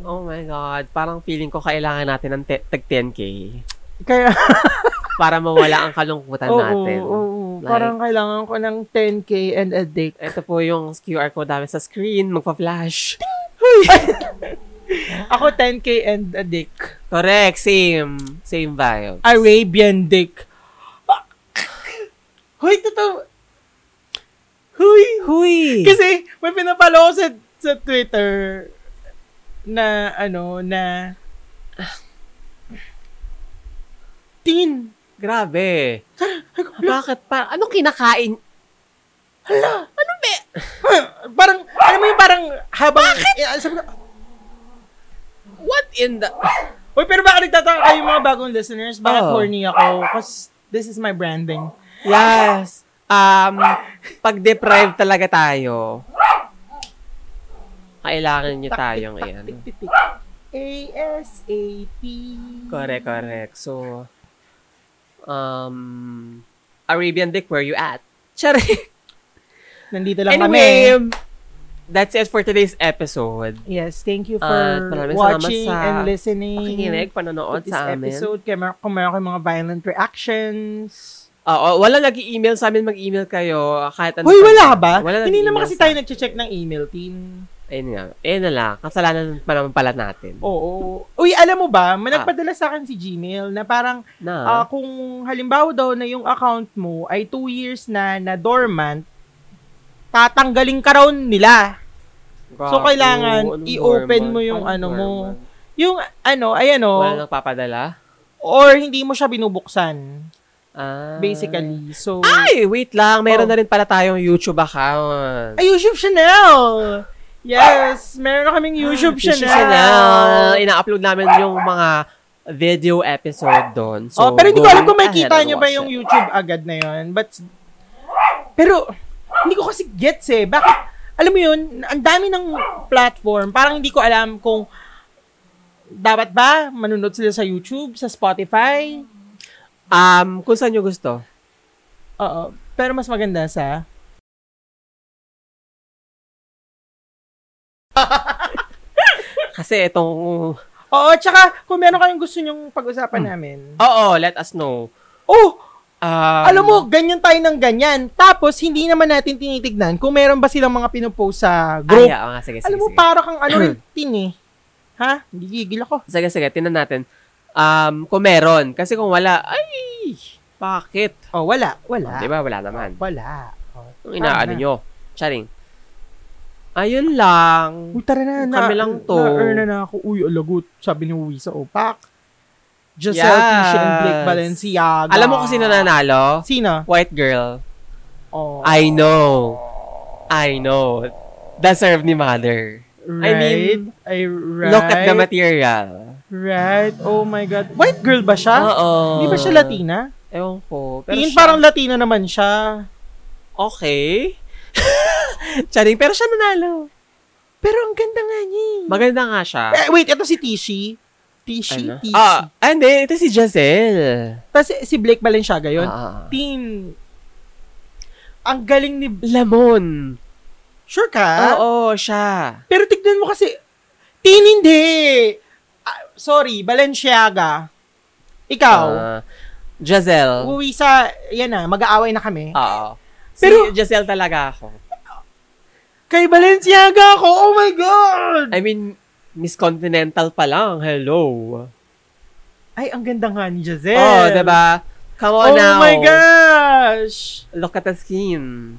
Speaker 2: Oh my God. Parang feeling ko kailangan natin ng te- tag 10K
Speaker 1: Kaya,
Speaker 2: para mawala ang kalungkutan
Speaker 1: oo,
Speaker 2: natin.
Speaker 1: oo, oo.
Speaker 2: Like- Eh.
Speaker 1: parang kailangan ko ng 10k and a dick.
Speaker 2: Ito po yung QR code namin sa screen. Magpa-flash.
Speaker 1: Ako 10k and a dick.
Speaker 2: Correct. Same. Same vibe.
Speaker 1: Arabian dick. Ah. Hoy, totoo. Hoy,
Speaker 2: Huy!
Speaker 1: Kasi may pinapalo ko sa, sa Twitter na ano na Tin.
Speaker 2: Grabe. Bakit pa? Anong kinakain?
Speaker 1: Parang alam mo yung parang habang eh, sabi ko,
Speaker 2: What in the...
Speaker 1: Uy, pero baka nagtataka kayo mga bagong listeners, bakit
Speaker 2: Oo.
Speaker 1: horny ako? Cause this is my branding.
Speaker 2: Yes. Um, pag-deprive talaga tayo, kailangan nyo tayo ngayon.
Speaker 1: Tik-tik-tik. ASAP.
Speaker 2: Correct, correct. So, um, Arabian Dick, where you at? Charing.
Speaker 1: Nandito lang
Speaker 2: Anyway,
Speaker 1: kami.
Speaker 2: that's it for today's episode.
Speaker 1: Yes, thank you for
Speaker 2: At maraming salamat
Speaker 1: watching
Speaker 2: sa
Speaker 1: and listening.
Speaker 2: Pakikinig, panonood
Speaker 1: with this
Speaker 2: sa amin.
Speaker 1: episode. Kaya mer- kung meron kayong mga violent reactions.
Speaker 2: Oo, wala nag-email sa amin, mag-email kayo. Kahit ano
Speaker 1: Hoy,
Speaker 2: pa-
Speaker 1: wala ka ba?
Speaker 2: Wala
Speaker 1: Hindi
Speaker 2: nag-email
Speaker 1: naman kasi
Speaker 2: sa-
Speaker 1: tayo nag-check ng email, team.
Speaker 2: Ayun nga. Ayun na lang. Kasalanan pa naman pala natin.
Speaker 1: Oh, Oo. Uy, alam mo ba, may
Speaker 2: Ah.
Speaker 1: nagpadala sa akin si Gmail na parang ah,
Speaker 2: Na,
Speaker 1: kung halimbawa daw na yung account mo ay two years na na dormant, tatanggalin ka raw nila. so, kailangan i-open mo yung ano mo. Yung ano, ayan o,
Speaker 2: Wala nang papadala?
Speaker 1: or hindi mo siya binubuksan,
Speaker 2: Ah.
Speaker 1: basically. So,
Speaker 2: Ay, wait lang. Meron
Speaker 1: Oh.
Speaker 2: na rin pala tayong YouTube account.
Speaker 1: ay, Ah, YouTube channel! Yes, meron na kaming YouTube
Speaker 2: Yung
Speaker 1: channel.
Speaker 2: Ah! Chanel. Ina-upload namin yung mga video episode doon. So,
Speaker 1: oh, pero hindi ko
Speaker 2: go
Speaker 1: alam kung
Speaker 2: ahead
Speaker 1: makikita
Speaker 2: and
Speaker 1: niyo ba
Speaker 2: Ah, watch
Speaker 1: yung
Speaker 2: it.
Speaker 1: YouTube agad na yun. But, pero, hindi ko kasi gets eh. Bakit, alam mo yun, ang dami ng platform. Parang hindi ko alam kung dapat ba manunod sila sa YouTube, sa Spotify.
Speaker 2: Um, kung saan nyo gusto.
Speaker 1: Oo. Pero mas maganda sa...
Speaker 2: Kasi itong...
Speaker 1: Oo, tsaka kung meron kayong gusto nyong pag-usapan
Speaker 2: Hmm.
Speaker 1: namin.
Speaker 2: Oo, let us know.
Speaker 1: Oh,
Speaker 2: Um,
Speaker 1: alam mo, ganyan tayo ng ganyan. Tapos, hindi naman natin tinitignan kung meron ba silang mga pinupost sa group.
Speaker 2: group. Ay, oo nga, ah, sige, sige,
Speaker 1: Alam mo,
Speaker 2: sige.
Speaker 1: para kang ano rin, tin eh. Ha? Gigigil ako.
Speaker 2: Sige, sige, tinan natin. Um, kung meron. Kasi kung wala, ay, bakit?
Speaker 1: Oh, wala. Wala.
Speaker 2: Di ba? Wala naman.
Speaker 1: Wala. Oh,
Speaker 2: Yung
Speaker 1: tama.
Speaker 2: inaano nyo. Charing. Ayun lang.
Speaker 1: Uy, tara na. na
Speaker 2: Kami lang to.
Speaker 1: Na-earn na, na ako. Uy, alagot. Sabi ni Uwi sa opak. Giselle
Speaker 2: Yes.
Speaker 1: Tisha and Blake Balenciaga.
Speaker 2: Alam mo kung sino nanalo?
Speaker 1: Sino?
Speaker 2: White girl.
Speaker 1: Oh,
Speaker 2: I know. I know. Deserve ni mother. I mean,
Speaker 1: right? I right?
Speaker 2: Look at the material.
Speaker 1: Right? Oh my God. White girl ba siya?
Speaker 2: Oo.
Speaker 1: Hindi ba siya Latina?
Speaker 2: Ewan ko. Pero
Speaker 1: Tingin
Speaker 2: siya-
Speaker 1: parang Latina naman siya.
Speaker 2: Okay. Charing, pero siya nanalo.
Speaker 1: Pero ang ganda nga niya eh.
Speaker 2: Maganda nga siya.
Speaker 1: Eh, wait, ito si Tishi. Tishi?
Speaker 2: Ano?
Speaker 1: Tishi.
Speaker 2: Ah, ah, hindi. Ito si Giselle.
Speaker 1: Tapos si Blake Balenciaga yun.
Speaker 2: Ah.
Speaker 1: Team. Ang galing ni...
Speaker 2: Lamon.
Speaker 1: Sure ka?
Speaker 2: Oo, siya.
Speaker 1: Pero tignan mo kasi... Tin hindi! Ah, sorry, Balenciaga. Ikaw.
Speaker 2: Ah, Giselle.
Speaker 1: uwi sa... Yan na, mag-aaway na kami.
Speaker 2: Oo.
Speaker 1: Pero-
Speaker 2: Pero, si Giselle talaga ako.
Speaker 1: Kay Balenciaga ako! Oh my God!
Speaker 2: I mean, Miss Continental pa lang. Hello.
Speaker 1: Ay, ang ganda nga ni Giselle.
Speaker 2: Oh, diba? Come on
Speaker 1: Oh
Speaker 2: now.
Speaker 1: my gosh!
Speaker 2: Look at the skin.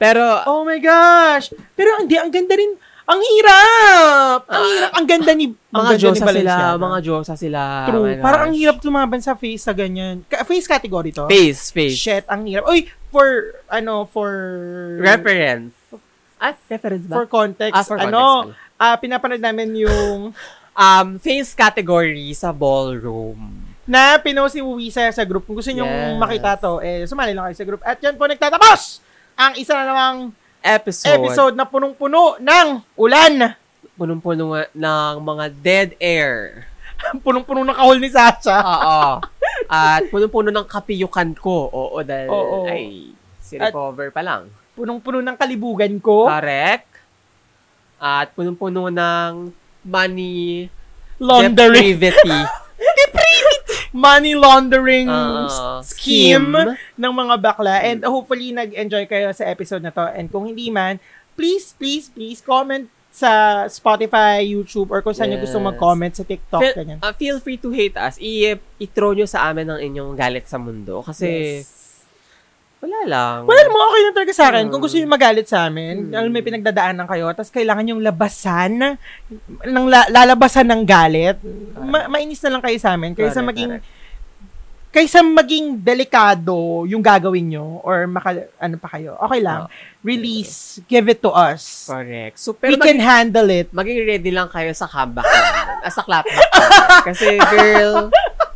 Speaker 2: Pero,
Speaker 1: Oh my gosh! Pero hindi, ang ganda rin. Ang hirap! Ang hirap. Ang ganda ni, ang ganda
Speaker 2: Ah. Mga
Speaker 1: ni
Speaker 2: Diyosa sila,
Speaker 1: Balenciaga.
Speaker 2: mga Diyosa sila. ano.
Speaker 1: True.
Speaker 2: my gosh.
Speaker 1: Parang ang hirap tumaban sa face sa ganyan. Ka- face category to?
Speaker 2: Face, face.
Speaker 1: Shit, ang hirap. Uy, for, ano, for...
Speaker 2: Reference.
Speaker 1: Ah,
Speaker 2: At reference
Speaker 1: For context,
Speaker 2: Ah, for
Speaker 1: ano,
Speaker 2: context
Speaker 1: ah, pinapanood namin yung
Speaker 2: Um, face category sa ballroom.
Speaker 1: na pinost ni Wisa sa group. Kung gusto nyo
Speaker 2: Yes.
Speaker 1: makita to, eh, sumali lang kayo sa group. At yan po nagtatapos ang isa na namang
Speaker 2: Episode.
Speaker 1: episode na punong-puno ng ulan.
Speaker 2: Punong-puno nga ng mga dead air.
Speaker 1: punong-puno ng kahol ni Sasha.
Speaker 2: Oo. At punong-puno ng kapiyukan ko. Oo, dahil,
Speaker 1: Oo.
Speaker 2: ay, si
Speaker 1: At- Oh.
Speaker 2: recover pa lang.
Speaker 1: Punong-puno ng kalibugan ko.
Speaker 2: Ah, Correct? At punong-puno ng money
Speaker 1: laundering.
Speaker 2: depravity.
Speaker 1: Money laundering
Speaker 2: Ah,
Speaker 1: s- scheme,
Speaker 2: scheme. Hmm.
Speaker 1: ng mga bakla. And hopefully, nag-enjoy kayo sa episode na to. And kung hindi man, please, please, please comment sa Spotify, YouTube, or kung saan nyo gusto
Speaker 2: Yes.
Speaker 1: mag-comment sa TikTok.
Speaker 2: feel,
Speaker 1: ganyan.
Speaker 2: ah, feel free to hate us. I- i-throw nyo sa amin ang inyong galit sa mundo. Kasi, wala lang.
Speaker 1: Well, mo okay lang talaga sa akin. Kung gusto
Speaker 2: Hmm.
Speaker 1: nyo magalit sa amin, alam may pinagdadaanan kayo, tapos kailangan yung labasan, ng la- lalabasan ng galit, ma- mainis na lang kayo sa amin, kaysa
Speaker 2: Hmm. Correct,
Speaker 1: maging, kaysa maging delikado yung gagawin nyo, or maka, ano pa kayo, okay lang. Release, give it to us.
Speaker 2: Correct. So,
Speaker 1: We
Speaker 2: pero
Speaker 1: can
Speaker 2: maging,
Speaker 1: handle it.
Speaker 2: maging ready lang kayo sa comeback namin. Ah, sa clapback. Kasi, girl,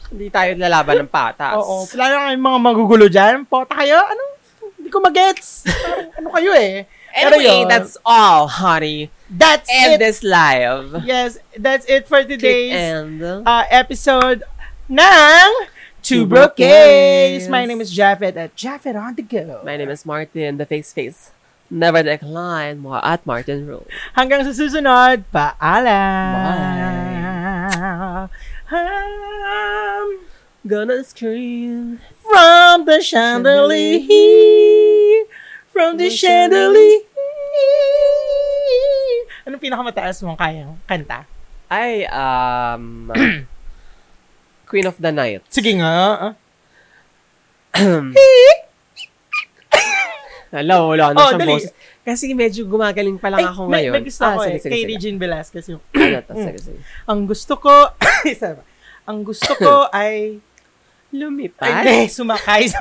Speaker 2: hindi tayo lalaban ng patas.
Speaker 1: Oo, lalo na kayong mga magugulo dyan, pota kayo, anong, hindi ko magets. Parang ano kayo eh. Pero
Speaker 2: Anyway,
Speaker 1: yun,
Speaker 2: that's all, honey.
Speaker 1: that's it.
Speaker 2: End this live.
Speaker 1: Yes, that's it for
Speaker 2: Click
Speaker 1: today's
Speaker 2: end.
Speaker 1: uh, episode ng Two Broke Gays. My name is Japheth at Japheth on the go.
Speaker 2: My name is Martin, the face face. Never decline, more at Martin Rule.
Speaker 1: Hanggang sa susunod, paalam! I'm
Speaker 2: Gonna scream.
Speaker 1: from the chandelier, from the chandelier. Anong pinakamataas mong kayang kanta?
Speaker 2: I um Queen of the Night.
Speaker 1: Sige nga. ah.
Speaker 2: Hala, wala na
Speaker 1: Oh,
Speaker 2: siyang
Speaker 1: dali.
Speaker 2: boses. Kasi medyo gumagaling pa lang ako
Speaker 1: may,
Speaker 2: ngayon. Ah,
Speaker 1: may gusto ako eh. Kay
Speaker 2: sige,
Speaker 1: Mm.
Speaker 2: sige, sige.
Speaker 1: Regine Velasquez yung
Speaker 2: Ano to? Sige, sige.
Speaker 1: Ang gusto ko, isa pa. Ang gusto ko ay,
Speaker 2: Lumipat.
Speaker 1: ay, hindi, sumakay sa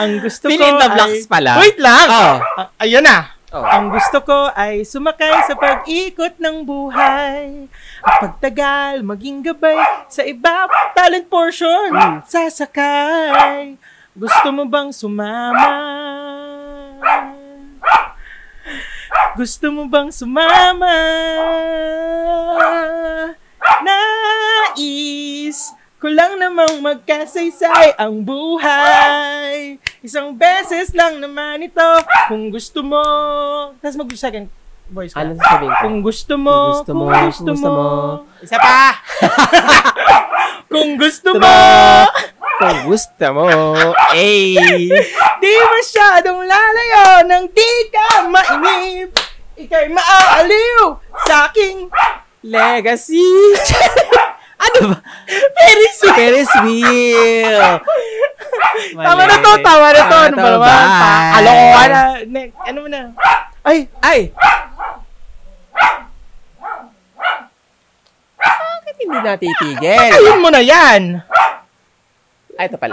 Speaker 1: Ang gusto
Speaker 2: Fill
Speaker 1: ko
Speaker 2: in the blanks
Speaker 1: ay,
Speaker 2: pala.
Speaker 1: Wait lang!
Speaker 2: Oh.
Speaker 1: A- ayun na!
Speaker 2: Oh.
Speaker 1: Ang gusto ko ay sumakay sa pag-ikot ng buhay. At pagtagal, maging gabay sa iba talent portion.
Speaker 2: Hmm.
Speaker 1: Sasakay. Gusto mo bang sumama? Gusto mo bang sumama? Nais ko lang namang magkasaysay ang buhay. Isang beses lang naman ito kung gusto mo. Tapos mag second voice ko.
Speaker 2: Ano sasabihin ko?
Speaker 1: Kung gusto mo,
Speaker 2: Kung gusto mo,
Speaker 1: kung
Speaker 2: kung
Speaker 1: gusto
Speaker 2: gusto
Speaker 1: mo.
Speaker 2: mo.
Speaker 1: Isa pa! kung gusto mo,
Speaker 2: Kung gusto mo. eh. Ay!
Speaker 1: di masyadong lalayo nang di ka mainip. Ika'y maaaliw sa aking
Speaker 2: Legacy! ano ba? Ferris wheel! Ferris wheel!
Speaker 1: Tama na to, tama na to. Ano ba naman? Pa- Kalokohan na. Ne- Ano mo na? Ay,
Speaker 2: Ay! Bakit hindi natitigil?
Speaker 1: ayun mo na yan!
Speaker 2: Ay, ito pala.